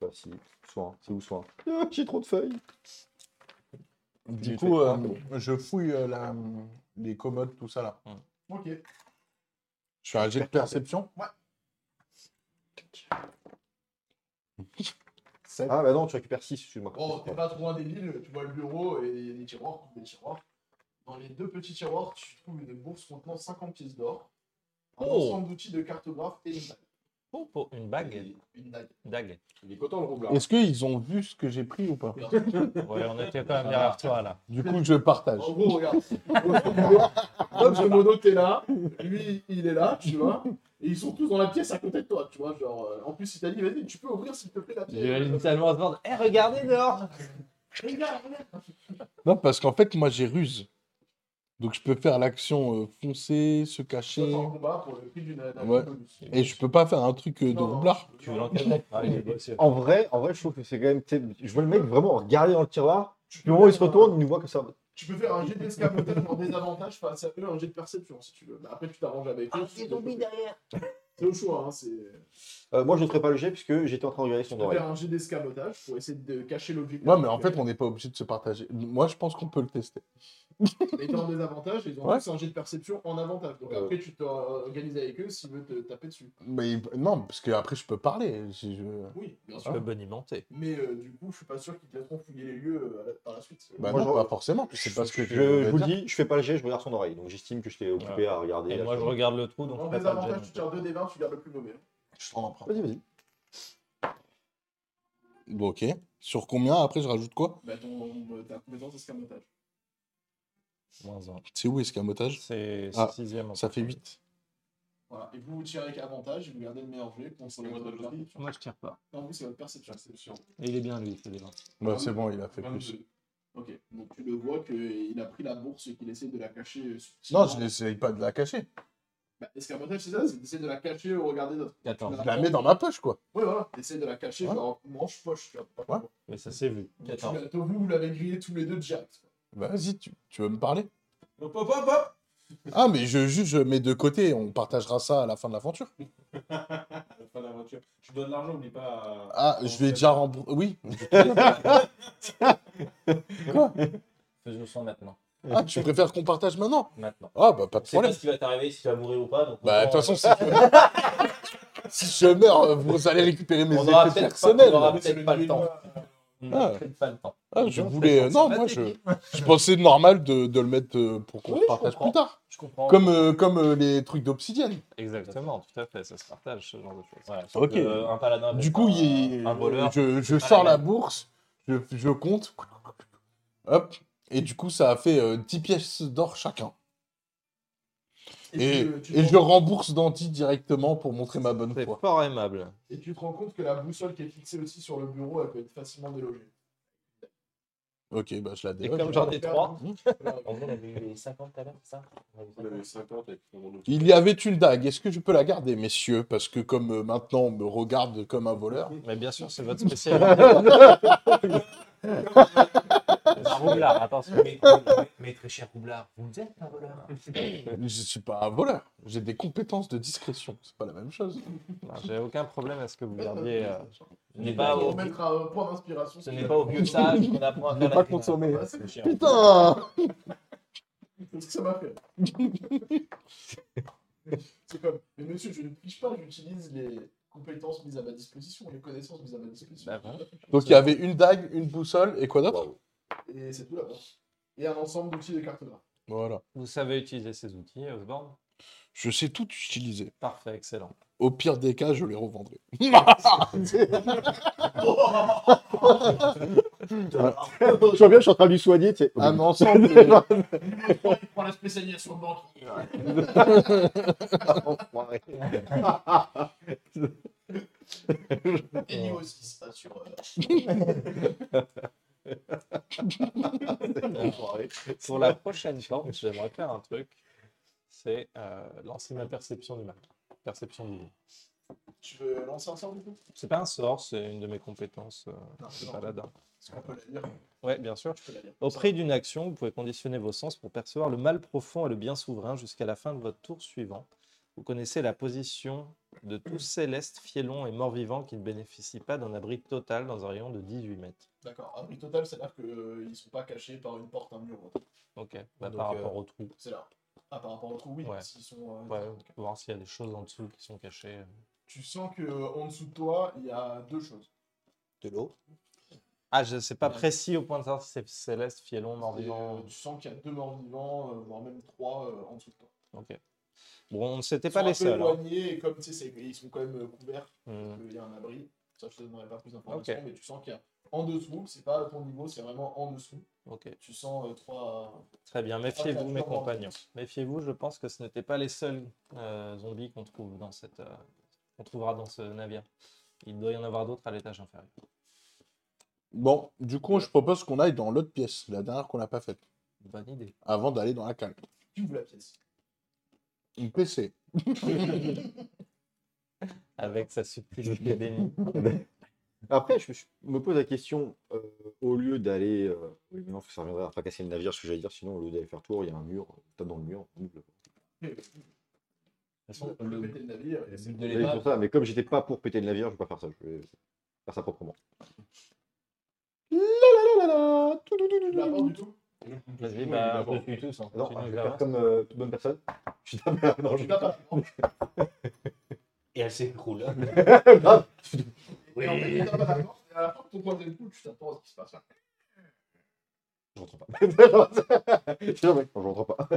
D: bah, si. Soin. C'est où soin Ah, [LAUGHS] J'ai trop de feuilles.
F: Du
D: J'ai
F: coup,
D: fait
F: euh,
D: trois.
F: je fouille euh, la- les commodes, tout ça là.
A: Ok.
F: Je fais un jet de perception.
A: Ouais.
F: 7.
D: Ah, bah non, tu récupères 6, excuse-moi.
A: Bon, Oh, t'es pas trop débile, tu vois le bureau et il y a des tiroirs, des tiroirs. Dans les deux petits tiroirs, tu trouves une bourse contenant 50 pièces d'or, un
B: Oh.
A: ensemble d'outils de cartographe et une dague.
B: Oh, pour une bague
A: Et Une dague.
B: Dague.
E: Il est content le roublard.
F: Est-ce qu'ils ont vu ce que j'ai pris ou pas
B: Ouais, on était quand même
E: Ah.
B: derrière toi là.
F: Du coup, je partage.
A: En gros, regarde. Grosso modo, Grosso modo, t'es là, lui, il est là, tu vois. Et ils sont tous dans la pièce à côté de toi, tu vois. Genre, euh, en plus, il t'a dit, vas-y, tu peux ouvrir s'il te plaît la pièce.
B: J'ai initialement à se demander, Eh, regardez dehors
A: Regarde, regarde.
F: Non, parce qu'en fait, moi, j'ai ruse. Donc, je peux faire l'action euh, foncer, se
A: Soit
F: cacher.
A: en combat pour le prix d'une d'un
F: Ouais.
A: bonus.
F: Et je peux pas faire un truc euh, de
A: Non, non.
F: roublard.
B: Tu veux l'encadrer Ah, il est beau, c'est-
D: En vrai, en vrai, je trouve que c'est quand même. tu sais, Je vois le mec vraiment regarder dans le tiroir. Puis au moment où il se retourne, il nous voit comme ça.
A: Tu peux faire un jet d'escamotage en désavantage face à eux, un jet de perception si tu veux. Mais après, tu t'arranges avec eux. tu-
D: derrière
A: C'est au choix. Hein, c'est...
D: Euh, Moi, je ne ferai pas le jet puisque j'étais en train de regarder
A: Tu
D: son
A: peux
D: oreille.
A: faire un jet d'escamotage pour essayer de cacher l'objectif.
F: Ouais, mais en fait, on n'est pas obligé de se partager. Moi, je pense qu'on peut le tester.
A: Et t'es en désavantage, ils ont
F: Ouais.
A: tous un jet de perception en avantage. Donc après, tu t'organises avec eux s'ils veulent te taper dessus.
F: Mais il- non, parce que après, je peux parler. Si je...
A: Oui, bien
B: Tu
A: sûr.
B: peux bonimenter.
A: Mais euh, du coup, je suis pas sûr qu'ils te laisseront fouiller les lieux euh, à la- par la suite.
F: Bah
D: Moi,
F: non,
D: je-
F: pas forcément. C'est parce que
D: Je, je vous le dis, je fais pas le jet, je regarde son oreille. Donc j'estime que j'étais occupé
B: Ouais.
D: à regarder.
B: Et
D: la
B: moi, je
D: chose.
B: regarde le trou, donc
A: en
B: je fais pas de
A: désavantage,
B: gêne.
A: tu
F: euh.
A: tires 2 des 20, tu gardes le plus mauvais. hein.
F: Je t'en emprunte.
D: Vas-y, vas-y.
F: Bon, ok. Sur combien après, je rajoute quoi
A: Bah, ton, euh, ta compétence escamotage.
B: Moins un.
F: C'est où escamotage
B: C'est
F: Ah,
B: c'est sixième. en
F: Ça fait 8.
A: Voilà. Et vous, vous tirez avec avantage, et vous gardez le meilleur jeu pour son
E: Escamotage aussi
A: perception.
B: Moi, je tire pas.
A: Non, vous, c'est votre perception. Perception.
B: Et il est bien, lui, il fait des vingt.
F: Bah, c'est bon, il a fait plus.
A: 22. Ok, donc tu le vois qu'il a pris la bourse et qu'il essaie de la cacher. euh, subtilement.
F: Non, je n'essaye pas de la cacher.
A: Bah, escamotage, c'est ça, c'est d'essayer de la cacher ou regarder d'autres.
C: 14.
F: Je la mets dans ma poche, quoi.
A: Ouais, voilà, t'essayes de la cacher,
F: Ouais.
A: genre manche-poche, tu vois.
F: Ouais.
B: Mais ça s'est vu.
A: Donc, tu l'as- Vous, vous l'avez grillé tous les deux direct.
F: Vas-y, tu, tu veux me parler
E: Hop, hop, hop, hop
F: Ah, mais je, juste, je mets de côté. On partagera ça à la fin de l'aventure.
E: À la fin de l'aventure. Tu donnes l'argent, oublie pas. à-
F: Ah, je vais déjà rembourser. Oui. [LAUGHS] Ah, Quoi
C: Faisons ça maintenant.
F: Ah, tu préfères qu'on partage maintenant
C: Maintenant.
F: Ah, bah, pas de
C: Je sais pas
F: problème.
C: ce qui va t'arriver, si tu vas mourir ou pas. Donc
F: Bah, de toute façon, si
C: [LAUGHS]
F: si je [LAUGHS] meurs, euh, vous allez récupérer mes
C: on aura
F: effets
C: peut-être pas,
F: personnels.
C: on aura
A: C'est
C: peut-être
A: le
C: pas le
A: minimum.
C: temps. On aura
F: Ah.
C: peut-être pas le temps.
F: Ah, je
B: Non,
F: voulais.
B: ça- ça
F: non, moi,
B: va,
F: je,
B: Teddy.
F: je pensais normal de, de le mettre euh, pour qu'on
C: Oui,
F: se
C: je
F: partage
C: comprends.
F: plus tard.
C: Je comprends.
F: Comme, euh, comme euh, les trucs d'obsidienne.
B: Exactement, tout à fait. Ça se partage, ce genre de choses.
C: Voilà,
F: Ok.
C: euh, un paladin.
F: Du
C: avec
F: coup,
C: un-
F: il-
C: Un voleur.
F: je, je
C: pas
F: sors
C: la
F: la
C: même.
F: bourse, je, je compte. Hop. Et du coup, ça a fait euh, 10 pièces d'or chacun. Et,
A: tu, euh, tu
F: et
A: te
F: je
A: rends-
F: rembourse Dandy directement pour montrer ma bonne
B: C'est
F: foi.
B: fort aimable.
A: et tu te rends compte que la boussole qui est fixée aussi sur le bureau, elle peut être facilement délogée.
F: Ok, bah je la
B: Et
F: déloge.
B: comme j'en ai trois,
C: En gros, on avait eu les 50 à l'heure, c'est ça
E: On avait 50 avec mon outil.
F: Il y avait une dague. Est-ce que je peux la garder, messieurs Parce que comme euh, maintenant on me regarde comme un voleur.
B: mais bien sûr, c'est votre spécialité.
F: [LAUGHS]
C: Un roublard, attention. Mais, mais très cher roublard, vous êtes un voleur.
F: Je suis pas un voleur. J'ai des compétences de discrétion. C'est pas la même chose.
B: Non, J'ai aucun problème à ce que vous gardiez. euh,
C: Ce n'est pas,
A: On
C: au-
A: remettra un point d'inspiration.
C: ce
A: si
C: n'est
A: tu
C: pas au
F: [LAUGHS]
C: vieux sage qu'on apprend à
D: Je
C: faire
D: l'ai
C: la
D: pas
C: cuisine.
D: consommé.
A: veux. Ouais, c'est
C: Très cher.
D: Putain
A: c'est ce que ça m'a fait. c'est comme, mais monsieur, je ne triche pas, j'utilise les compétences mises à ma disposition, les connaissances mises à ma disposition.
B: Bah, voilà.
F: Donc il y avait une dague, une boussole et quoi d'autre
B: Bah.
A: Et c'est tout là-bas. Et un ensemble d'outils de cartographe.
F: Voilà.
B: Vous savez utiliser ces outils, Osborne
F: Je sais tout utiliser.
B: Parfait, excellent.
F: Au pire des cas, je les revendrai.
D: Je vois bien, je suis en train de lui soigner. tu sais. [LAUGHS]
F: un ensemble. de-
A: Numéro 3, il prend la spécialisation de banquier.
D: Enfoiré.
A: Et niveau 6, ça, sur. euh,
D: Enfoiré.
B: Pour la prochaine fois, j'aimerais faire un truc. C'est euh, lancer ma perception du mal. Perception du mal.
A: tu veux lancer un sort du coup
B: C'est pas un sort, c'est une de mes compétences euh,
A: Non,
B: de
A: non.
B: paladin.
A: Est-ce qu'on peut la lire
B: Ouais, bien sûr.
A: Je peux la lire.
B: Au prix d'une action, vous pouvez conditionner vos sens pour percevoir le mal profond et le bien souverain jusqu'à la fin de votre tour suivant. Vous connaissez la position de tout céleste, fielon et mort-vivant qui ne bénéficie pas d'un abri total dans un rayon de 18 mètres.
A: D'accord. Abri total, c'est-à-dire qu'ils ne sont pas cachés par une porte, un mur. ou autre.
B: Ok, bah,
C: Donc,
B: par
C: euh,
B: rapport au trou.
A: C'est là. Ah, par rapport au trou, oui.
B: Ouais.
A: parce qu'ils sont, euh,
B: Ouais, on voir s'il y a des choses en dessous qui sont cachées. euh.
A: Tu sens que euh, en dessous de toi, il y a deux choses.
C: De l'eau.
B: Ah, je sais pas
A: Ouais.
B: précis au point de savoir si c'est céleste, fielon,
A: Et,
B: mort-vivant.
A: euh, tu sens qu'il y a deux morts vivants, euh, voire même trois euh, en dessous de toi.
B: Ok. Bon, on ne s'était
A: Ils
B: pas
A: sont un
B: les
A: peu
B: seuls. hein.
A: éloignés, et comme tu sais, c'est- ils sont quand même euh, couverts,
B: Hmm.
A: il y a un abri. Ça, je te donnerai pas plus d'informations, mais tu sens qu'il y a en dessous, c'est pas à ton niveau, c'est vraiment en dessous.
B: Ok,
A: Tu sens euh, trois.
B: très bien. Méfiez-vous,
A: Trois
B: mes
A: créatures
B: compagnons.
A: mortes.
B: Méfiez-vous, je pense que ce n'étaient pas les seuls euh, zombies qu'on trouve dans cette, euh, qu'on trouvera dans ce navire. Il doit y en avoir d'autres à l'étage inférieur.
F: Bon, du coup, je propose qu'on aille dans l'autre pièce, la dernière qu'on n'a pas faite,
B: Bonne idée.
F: avant d'aller dans la cale.
A: Tu ouvres la pièce.
F: Une PC.
B: Avec sa subtilité
D: [LAUGHS]
B: d'ébéniste.
D: Après, je, je me pose la question, euh, au lieu d'aller... euh, oui, mais non, ça reviendrait à fracasser le navire, ce que j'allais dire, sinon, au lieu d'aller faire tour, il y a un mur, on tape dans le mur, on ouvre le-
B: De toute
A: On
B: façon,
A: peut
B: le-
A: péter le navire. et-
B: but de
D: Oui,
B: l'épreuve,
D: pour ça, mais comme j'étais pas pour péter le navire, je vais pas faire ça, je vais faire ça proprement. La la la la la, tout, tout, tout,
A: Tu
D: tout,
A: la
D: tout.
A: portes du tout
B: Vas-y, bah, on continue tous. hein.
D: Non,
B: Continue
D: je vais
B: vers
D: faire comme euh, toute bonne personne. [LAUGHS] Je tape non, je
A: Tu la portes.
C: Et elle s'écroule.
D: Grave.
A: Et en fait, tu tapes à la porte, et à la porte, ton troisième coup, tu t'attends à ce qui se passe.
D: [LAUGHS] Je rentre pas. je suis là, mec, non, je rentre pas.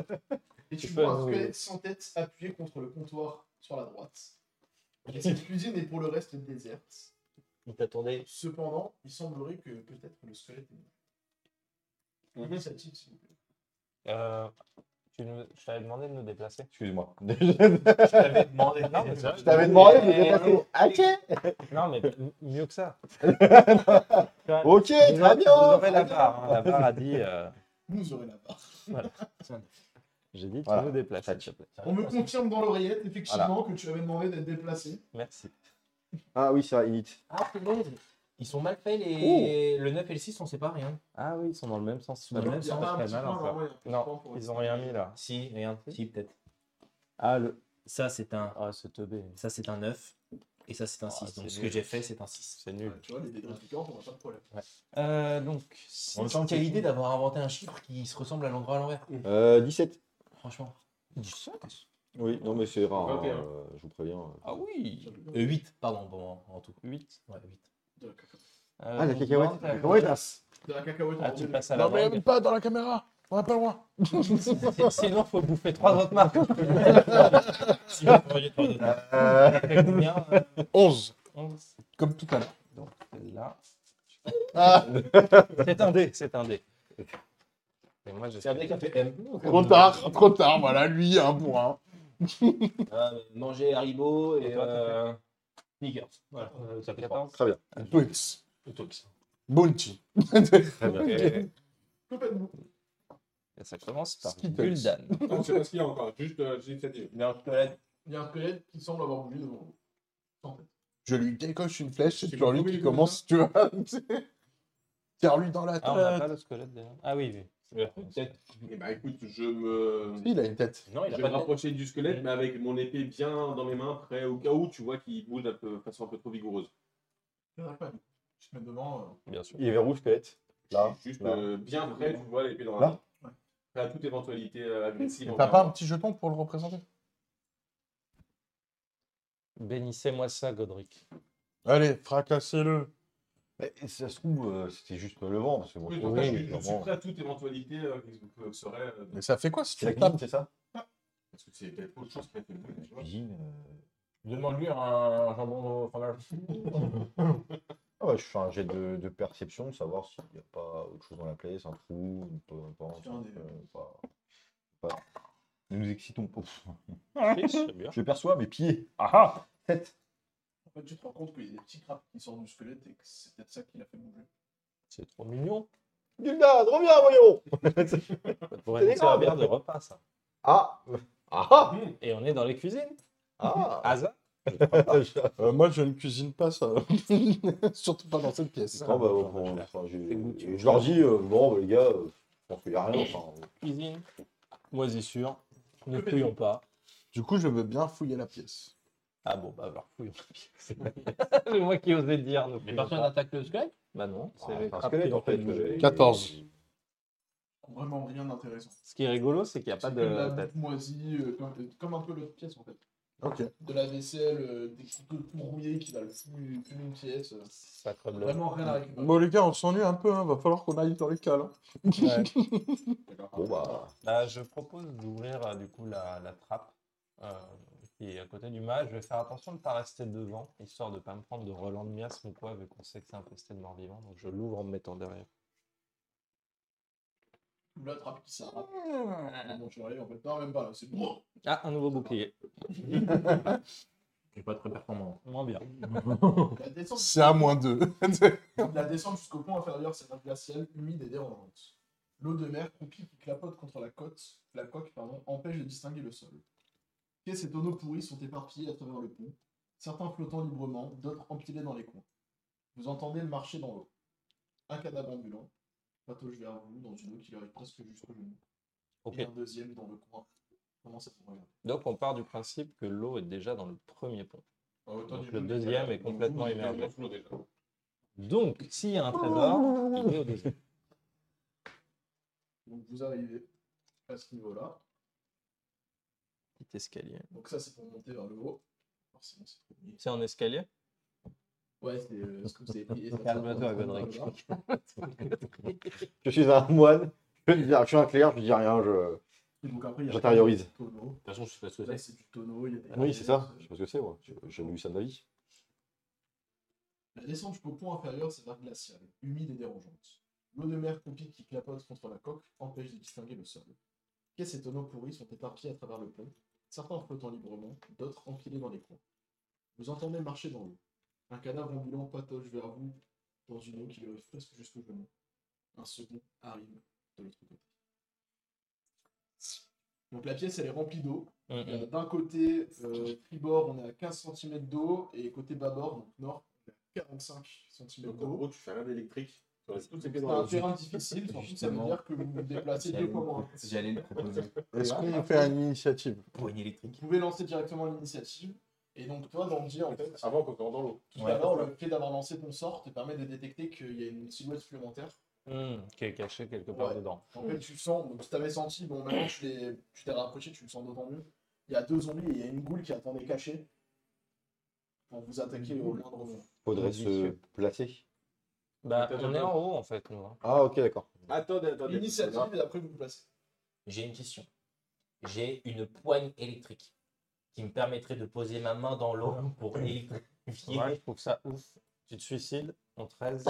A: Et tu
B: Tu
A: vois
B: peux
A: un
B: nous-
A: squelette sans tête appuyé contre le comptoir sur la droite. Et cette cuisine est pour le reste déserte.
C: Il t'attendait.
A: Cependant, il semblerait que peut-être le squelette est mort. Initiative, s'il vous plaît.
B: Euh, tu nous- Je t'avais demandé de nous déplacer.
D: [LAUGHS] Excuse-moi.
B: Je t'avais demandé.
A: [LAUGHS]
B: Non, mais
D: Je Ah, t'avais demandé de me déplacer.
B: Non, mais m- mieux que ça.
D: Ok, ok,
B: Vous
D: très
B: aurez-
D: bien.
B: vous aurez la barre. hein. La barre a dit. euh,
A: Vous aurez la barre.
B: J'ai dit, tu
D: Voilà.
B: nous déplaces, s'il te plaît.
A: On me confirme dans l'oreillette, effectivement, que tu avais demandé d'être déplacé.
B: Merci.
D: Ah oui, ça, init.
C: Ah, c'est bon. Ils sont mal faits,
F: Oh.
C: les... le 9 et le 6, on sait pas rien.
B: Ah oui, ils sont dans le même sens.
C: Ils sont dans le
A: Il
C: même
A: y a
C: sens.
A: pas un
B: très
A: petit
B: mal,
A: point,
B: enfin.
A: normalement, il y a un petit
B: Non,
A: point pour
B: Ils
A: être-
B: ont rien mis là.
C: Si, regarde. Si, peut-être.
D: Ah, le...
C: Ça, c'est un...
B: Ah, c'est teubé.
C: ça, c'est un 9. Et ça, c'est un
B: Ah,
C: 6. Donc,
B: c'est
C: ce
B: nul.
C: que j'ai fait, c'est un 6.
B: C'est nul.
A: Ouais, Tu vois, les dégratifiants, on n'a pas de problème.
C: Euh, donc,
D: En même temps,
C: quelle
D: c'est-
C: idée d'avoir inventé un chiffre qui se ressemble à l'endroit à l'envers,
D: euh, 17.
C: franchement.
D: Oui, non, mais c'est rare. hein,
E: 21.
D: euh, je vous préviens.
C: Ah oui 8, pardon, bon, en- en tout.
B: 8.
C: Ouais, 8.
A: De la cacahuète.
D: Ah, la cacahuète. La cacahuète, ah, c'est-
A: De la cacahuète en
B: Ah, tu
A: premier.
B: passes à la
F: Non, mais
B: langue.
F: pas dans la caméra. On n'a pas le
B: [LAUGHS]
F: droit.
B: Sinon, faut bouffer trois autres marques.
C: Si vous pourriez te redonner.
D: Euh,
B: Après combien
F: 11.
B: 11.
F: Comme tout à l'heure.
B: Là.
F: Ah.
B: C'est un dé, c'est un dé. Et moi, j'ai fait-
C: [LAUGHS]
F: Trop tard, trop tard. Voilà, lui, un point.
C: Euh, manger Haribo et,
B: Et toi, t'as
C: euh, Snickers. Voilà.
B: Ça fait 14.
D: Euh, Très bien.
F: Twix. Bounty.
D: Très bien. Eh,
A: Complètement.
B: Et ça commence par
F: Skittles.
B: Guldan.
E: Non, je sais pas ce qu'il y a encore. Juste, euh, j'ai cette idée.
A: Il y a un squelette qui semble avoir bougé devant vous.
F: Je lui décoche une flèche, c'est
A: C'est
F: toujours lui
A: beaucoup,
F: qui
A: oui,
F: commence, tu vois. [LAUGHS] Tire-lui dans la tête.
B: Ah, on n'a pas le squelette déjà. Ah oui, oui.
E: Eh ben, écoute, je me.
F: Il a une tête.
C: Non, il
E: Je
C: a
E: vais
C: pas
E: me
C: de
E: rapprocher du squelette,
B: Oui.
E: mais avec mon épée bien dans mes mains, prêt au cas où, tu vois, qu'il bouge un peu, de façon un peu trop vigoureuse.
A: Je te mets devant. euh,
B: Bien sûr.
D: Il est vers où, squelette Là,
E: Juste
F: Bah.
D: là.
E: euh, bien prêt, tu vois, l'épée
D: Là
E: dans la main. Prêt à toute éventualité euh, agressive.
F: Et
E: envers
F: t'as pas Bah. un
E: moi.
F: petit jeton pour le représenter
B: Bénissez-moi ça, Godric.
F: Allez, fracassez-le.
D: Mais ça se trouve, euh, c'était juste le vent, parce que moi,
E: Oui,
D: je
E: donc
D: trouve
E: là,
D: que
E: je, suis- je suis
D: clairement-
E: prêt à toute éventualité euh, que- que serait. euh,
F: Mais ça fait quoi si tu
D: C'est la
F: le tapes
D: cuisine, c'est ça
E: parce que c'est peut-être autre chose qui a fait le bruit, tu
D: La
E: vois.
D: cuisine. euh,
C: Demande-lui un jambon au fromage.
B: [LAUGHS]
D: Ah ouais, je fais un jet de, de perception, savoir s'il n'y a pas autre chose dans la place, un trou, une peu importe.
A: Tiens, des-
D: euh, pas- pas- Nous nous excitons. Ouf.
B: C'est bien.
D: Je perçois mes pieds.
B: Ah ah
A: En fait, tu te rends compte qu'il y a des petits crabes qui sortent du squelette et que c'est peut-être ça qui l'a fait bouger.
B: C'est trop mignon.
D: Gilda, reviens, voyons
B: Ça pourrait nous servir de repas, ça.
D: Ah Ah ah
B: Et on est dans les cuisines.
D: Ah
B: [LAUGHS] Hasard. [LAUGHS]
F: Euh, Moi, je ne cuisine pas ça. [LAUGHS] Surtout pas dans cette pièce.
D: Non, bah, bon, bon, enfin, je, je leur dis, euh, bon, bah, les gars, euh, je pense qu'il
B: [LAUGHS]
D: n'y a rien. enfin,
B: Cuisine. Moisissure. Ne fouillons pas.
F: Du coup, je veux bien fouiller la pièce.
B: Ah bon, bah alors fouillons. [LAUGHS] C'est moi qui osais dire. ne
C: Mais
B: fouillons
C: personne
B: pas.
C: n'attaque le squelette
B: Bah non, c'est
D: Ah,
B: les
D: c'est
B: crapauds
D: un squelette,
B: qui
D: en
B: ont
D: fait.
B: le jeu.
D: euh, et-
F: 14.
A: Vraiment rien d'intéressant.
B: Ce qui est rigolo, c'est qu'il n'y a pas
A: C'est comme la
B: de.
A: bouffe moisie, euh, comme, comme un peu l'autre pièce en fait.
F: Ok.
A: De la vaisselle, euh, des couteaux tout rouillés qui valent plus, plus une pièce. euh,
B: Ça creuse le-
A: Vraiment rien à récupérer.
F: Bon, les gars, on s'ennuie un peu. Hein. Va falloir qu'on aille dans les cales. hein.
D: Bon, bah,
B: Bah, je propose d'ouvrir euh, du coup la, la trappe euh, qui est à côté du mât. Je vais faire attention de ne pas rester devant, histoire de ne pas me prendre de relents de miasme ou quoi, vu qu'on sait que c'est infesté de morts vivants. Donc je l'ouvre en me mettant derrière.
A: Ou la trappe qui s'arrache.
F: hein.
C: [LAUGHS]
A: Bon, tu l'enlèves en fait. Non, même pas. là, C'est bon.
B: Ah, un nouveau bouclier.
C: Je vais pas très performant.
B: Moins bien.
A: La descente,
F: C'est à moins 2.
A: la descente jusqu'au point inférieur, c'est un glacial humide et dérangeante. L'eau de mer croupie qui clapote contre la côte, la coque pardon, empêche de distinguer le sol. Pièces et tonneaux pourris sont éparpillés à travers le pont, certains flottant librement, d'autres empilés dans les coins. Vous entendez le marché dans l'eau. Un cadavre ambulant patauge vers vous dans une eau qui leur est presque jusqu'au genou.
B: Ok.
A: Et un deuxième dans le coin. Comment ça vous regarder
B: Donc on part du principe que l'eau est déjà dans le premier pont.
A: Ah,
E: Autant
B: Donc
E: du
B: le
E: monde,
B: deuxième
E: voilà.
B: est complètement
E: Vous, vous,
B: émergé.
E: vous, vous, déjà.
B: Donc s'il y a un
A: Oh.
B: trésor, il est au deuxième.
A: Donc vous arrivez à ce niveau-là.
B: [LAUGHS] Petit escalier.
A: Donc ça c'est pour monter vers le haut. Forcément c'est trop mignon.
B: C'est en escalier
A: Ouais, c'est euh, parce que vous avez payé.
D: Calme-toi, Godric. Je suis un moine. Je suis un- je suis un clerc, je dis rien, je-
A: Et donc après, il y a
D: j'intériorise.
A: des tonneaux.
E: De toute façon, je suis pas
A: Là,
E: souhaité.
A: c'est du tonneau. il y a des
D: Ah Oui, c'est ça.
A: caisses.
D: Je sais pas ce que c'est, moi. J'ai jamais vu ça de ma vie.
A: La descente jusqu'au pont inférieur, c'est l'air glacial, humide et dérangeante. L'eau de mer croupie qui clapote contre la coque empêche de distinguer le sol. Caisses et tonneaux pourris sont éparpillés à travers le pont, certains flottant librement, d'autres empilés dans les coins. Vous entendez marcher dans l'eau. Un cadavre ambulant patauge vers vous dans une eau qui le presque jusqu'au genou. Un second arrive de l'autre côté. Donc la pièce, elle est remplie d'eau,
B: Mm, mm.
A: euh, D'un côté, euh, tribord, on est à 15 cm d'eau, et côté bâbord, donc nord, on est à 45 cm
E: Donc, en gros,
A: d'eau.
E: tu fais rien d'électrique. Sur les-
A: C'est un terrain difficile, surtout ça veut
C: Justement.
A: dire que vous vous déplacez deux fois moins.
C: J'allais le proposer.
D: Ah,
F: Est-ce qu'on fait une initiative
C: Poignée électrique.
A: Vous pouvez lancer directement l'initiative, et donc toi, dans le jet, en fait,
E: Avant qu'on rentre dans l'eau.
A: tout d'abord, le fait d'avoir lancé ton sort te permet de détecter qu'il y a une silhouette supplémentaire.
B: Hmm, qui est caché quelque part
A: Ouais.
B: dedans.
A: En fait, tu sens, donc tu t'avais senti, bon, maintenant tu l'es- tu t'es rapproché, tu le sens d'autant mieux. Il y a deux zombies et il y a une goule qui attendait cachée pour vous attaquer au moindre moment.
D: Faudrait se
B: Délicieux.
D: placer.
B: Bah,
E: Peut-être
B: on est
E: un
B: en haut en fait, nous. hein.
D: Ah, ok, d'accord.
E: Attendez, attendez.
A: L'initiative, et après vous vous placez.
C: J'ai une question. J'ai une poigne électrique qui me permettrait de poser ma main dans l'eau pour électrifier. [LAUGHS]
B: Ouais, je trouve ça ouf. Tu te suicides, on te
A: [LAUGHS]
B: reste.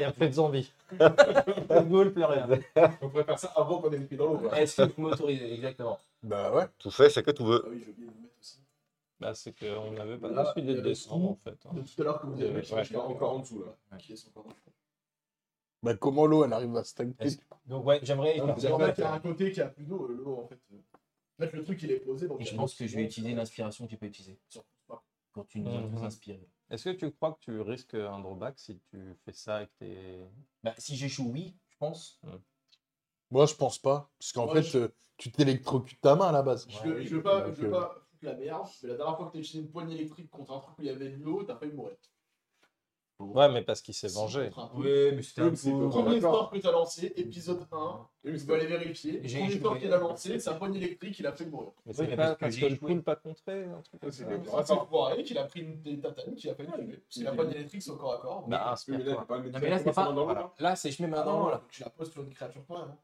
B: Et après de zombie. Pas de goule, plus
C: [LAUGHS]
B: rien.
E: On pourrait faire ça avant qu'on ait pris dans l'eau. quoi.
C: Est-ce que vous m'autorisez Exactement.
F: [LAUGHS] Bah ouais.
D: Tout fait, c'est que tout veut.
A: Ah oui, j'ai oublié de le mettre aussi.
B: Bah, c'est qu'on n'avait pas
A: Là,
B: décidé
A: il y
B: de
A: a le
B: descendre
A: sous.
B: en fait. hein.
A: De tout à l'heure que vous avez
B: Ouais,
A: mis,
B: ouais,
A: je l'ai
E: Encore en dessous, là.
A: Qui est encore en dessous.
F: Bah comment l'eau, elle arrive à stagner
C: Est-ce Donc ouais, j'aimerais.
A: En fait,
C: euh,
A: il y a un côté qui a plus d'eau, l'eau en fait. euh, En fait, le truc il est posé. Donc
C: Et je
A: il y a
C: pense
A: un
C: que je vais
A: petit
C: utiliser
A: monde.
C: l'inspiration que j'ai pas utilisée.
A: Ah,
C: Quand tu nous as
B: Mhm.
C: tous inspirés.
B: Est-ce que tu crois que tu risques un drawback si tu fais ça avec tes.
C: Bah, si j'échoue, oui, je pense.
F: Moi, je pense pas. Parce qu'en
A: Ouais,
F: fait,
A: je-
F: euh, tu t'électrocutes ta main à la base.
A: Je veux,
C: Ouais,
A: je veux pas,
F: donc,
A: je veux
F: euh,
A: pas foutre la merde, mais la dernière fois que t'as utilisé une poignée électrique contre un truc où il y avait de l'eau, t'as failli mourir.
B: Ouais, mais parce qu'il s'est vengé.
A: contre un peu.
C: Oui, mais c'était
E: un peu-
A: Premier
E: D'accord.
A: sort que t'as lancé, épisode 1,
E: Oui, mais
A: tu
E: c'est
A: dois aller vérifier.
C: J'ai-
A: Premier
C: j'ai-
A: sort qu'il a lancé, sa poignée électrique, il a fait mourir.
B: Mais
C: Oui,
B: c'est
C: mais
B: pas
C: parce que
B: parce que,
C: j'ai
B: le
C: échoué.
B: poule pas contré. un truc comme ça.
E: Ouais,
A: C'est
E: D'accord.
A: un poiré qu'il a pris une tatane, qu'il a failli tuer. Parce que la poignée électrique, c'est au corps à corps.
B: Bah,
E: Oui, mais là,
B: inspire-toi.
E: faut pas le mettre
C: mais là, c'est pas.
E: directement dans l'eau,
C: voilà.
E: là.
C: Là, c'est je mets ma
A: Ah
C: main dans
A: non,
C: l'eau.
A: faut que tu la poses sur une créature quand même. hein.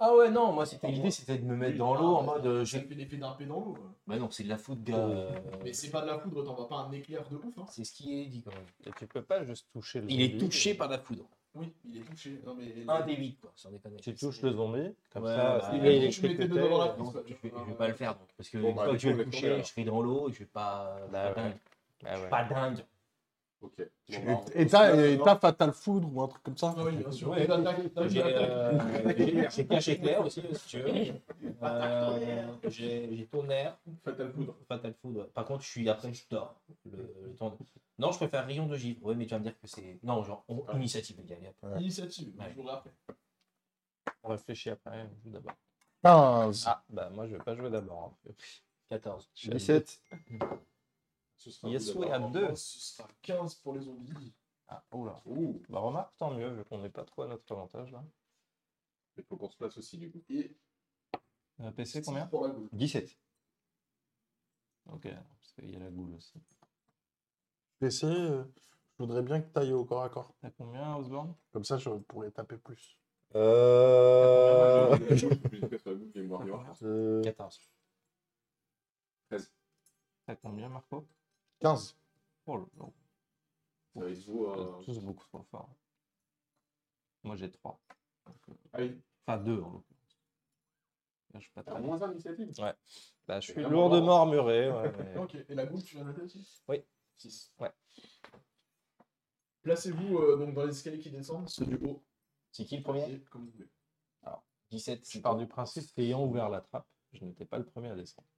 C: Ah ouais, non, moi, c'était l'idée, c'était de me mettre dans l'eau en
A: Ah, bah,
C: mode. euh,
A: J'ai
C: j'ai-
A: fait l'effet d'un pé dans l'eau. quoi.
C: Bah non, c'est de la foudre, euh, gars.
A: Mais c'est pas de la poudre, t'en vas pas un éclair de ouf. Hein.
C: C'est ce qui est dit quand même.
B: Et tu peux pas juste toucher le
C: Il est
B: zombie.
C: touché par la foudre.
A: Oui, il est touché. Non, mais...
C: euh, Un des huit, quoi, sans déconner.
B: Tu touches le zombie, comme
C: Ouais,
B: ça,
C: bah,
B: il
C: tu
B: est
C: mets tes
A: deux
B: électrocuté.
A: devant la
B: et-
A: porte.
C: Non, je vais, je vais pas le faire donc, parce que
E: Bon,
C: une
E: bah,
C: fois que
E: du
C: je vais
E: coup,
C: le
E: on est
C: toucher,
E: tombé,
C: je serai dans l'eau, je vais pas.
B: Bah, ouais.
C: pas dingue.
B: Ah ouais.
C: Pas dingue.
E: Ok.
F: Et-
E: Bon, bah, on-
F: Et t'as et
E: Non,
F: t'as Fatal Foudre ou un truc comme ça
A: Ah oui, bien sûr.
C: Ouais.
A: Et l'attaque- l'attaque-
C: J'ai
A: l'attaque-
C: euh, j'ai cache éclair aussi, si tu veux. Euh, J'ai j'ai tonnerre,
E: Fatal poudre.
C: fatal food. ouais. Par contre, je suis après, je dors. Le, le temps de- Non, je préfère rayon de givre. Oui, mais tu vas me dire que c'est. Non, genre, on- initiative, les gars. les gars.
A: Initiative,
C: Ouais.
A: je vous rappelle.
B: On réfléchit après, on joue d'abord.
F: 15.
B: Ah, bah moi je vais pas jouer d'abord. hein,
C: 14.
B: Je suis à
D: 17.
E: Ce sera
B: Yes,
E: vous
B: we
E: d'abord.
B: have. Deux.
A: Oh, Ce sera 15 pour les zombies.
B: Ah, oula.
E: Ouh,
B: Bah remarque, tant mieux, vu qu'on n'est pas trop à notre avantage là.
E: il faut qu'on se place aussi, du coup.
A: Et
B: Euh, PC
A: six
B: combien
A: pour la goule.
D: 17.
B: Ok, parce qu'il y a la goule aussi.
F: PC, euh, je voudrais bien que t'ailles au corps à corps.
B: T'as combien, Osborne
F: Comme ça, je pourrais taper plus.
D: Euh...
E: [LAUGHS] Je suis plus près sur la goutte, mais moi, il y aura-
C: 14.
B: T'as combien, Marco
F: 15.
B: Oh là là,
E: Ça va se voir,
B: vous êtes
E: euh,
B: tous beaucoup trop forts. Moi j'ai 3.
E: ah oui.
B: Enfin 2 en l'occurrence. Je suis pas
E: T'as
B: très Ah bon.
E: moins un d'initiative.
B: Bah, je suis
E: vraiment
B: lourdement armuré. ouais, mais- [LAUGHS]
A: Ok, et la goutte, tu l'as notée aussi
B: Oui.
A: 6.
B: Ouais.
A: Placez-vous euh, donc dans les escaliers qui descendent, ceux du haut.
D: C'est qui le premier
A: Comme vous voulez.
D: 17.
B: Je pars du principe qu'ayant ouvert la trappe, je n'étais pas le premier à descendre.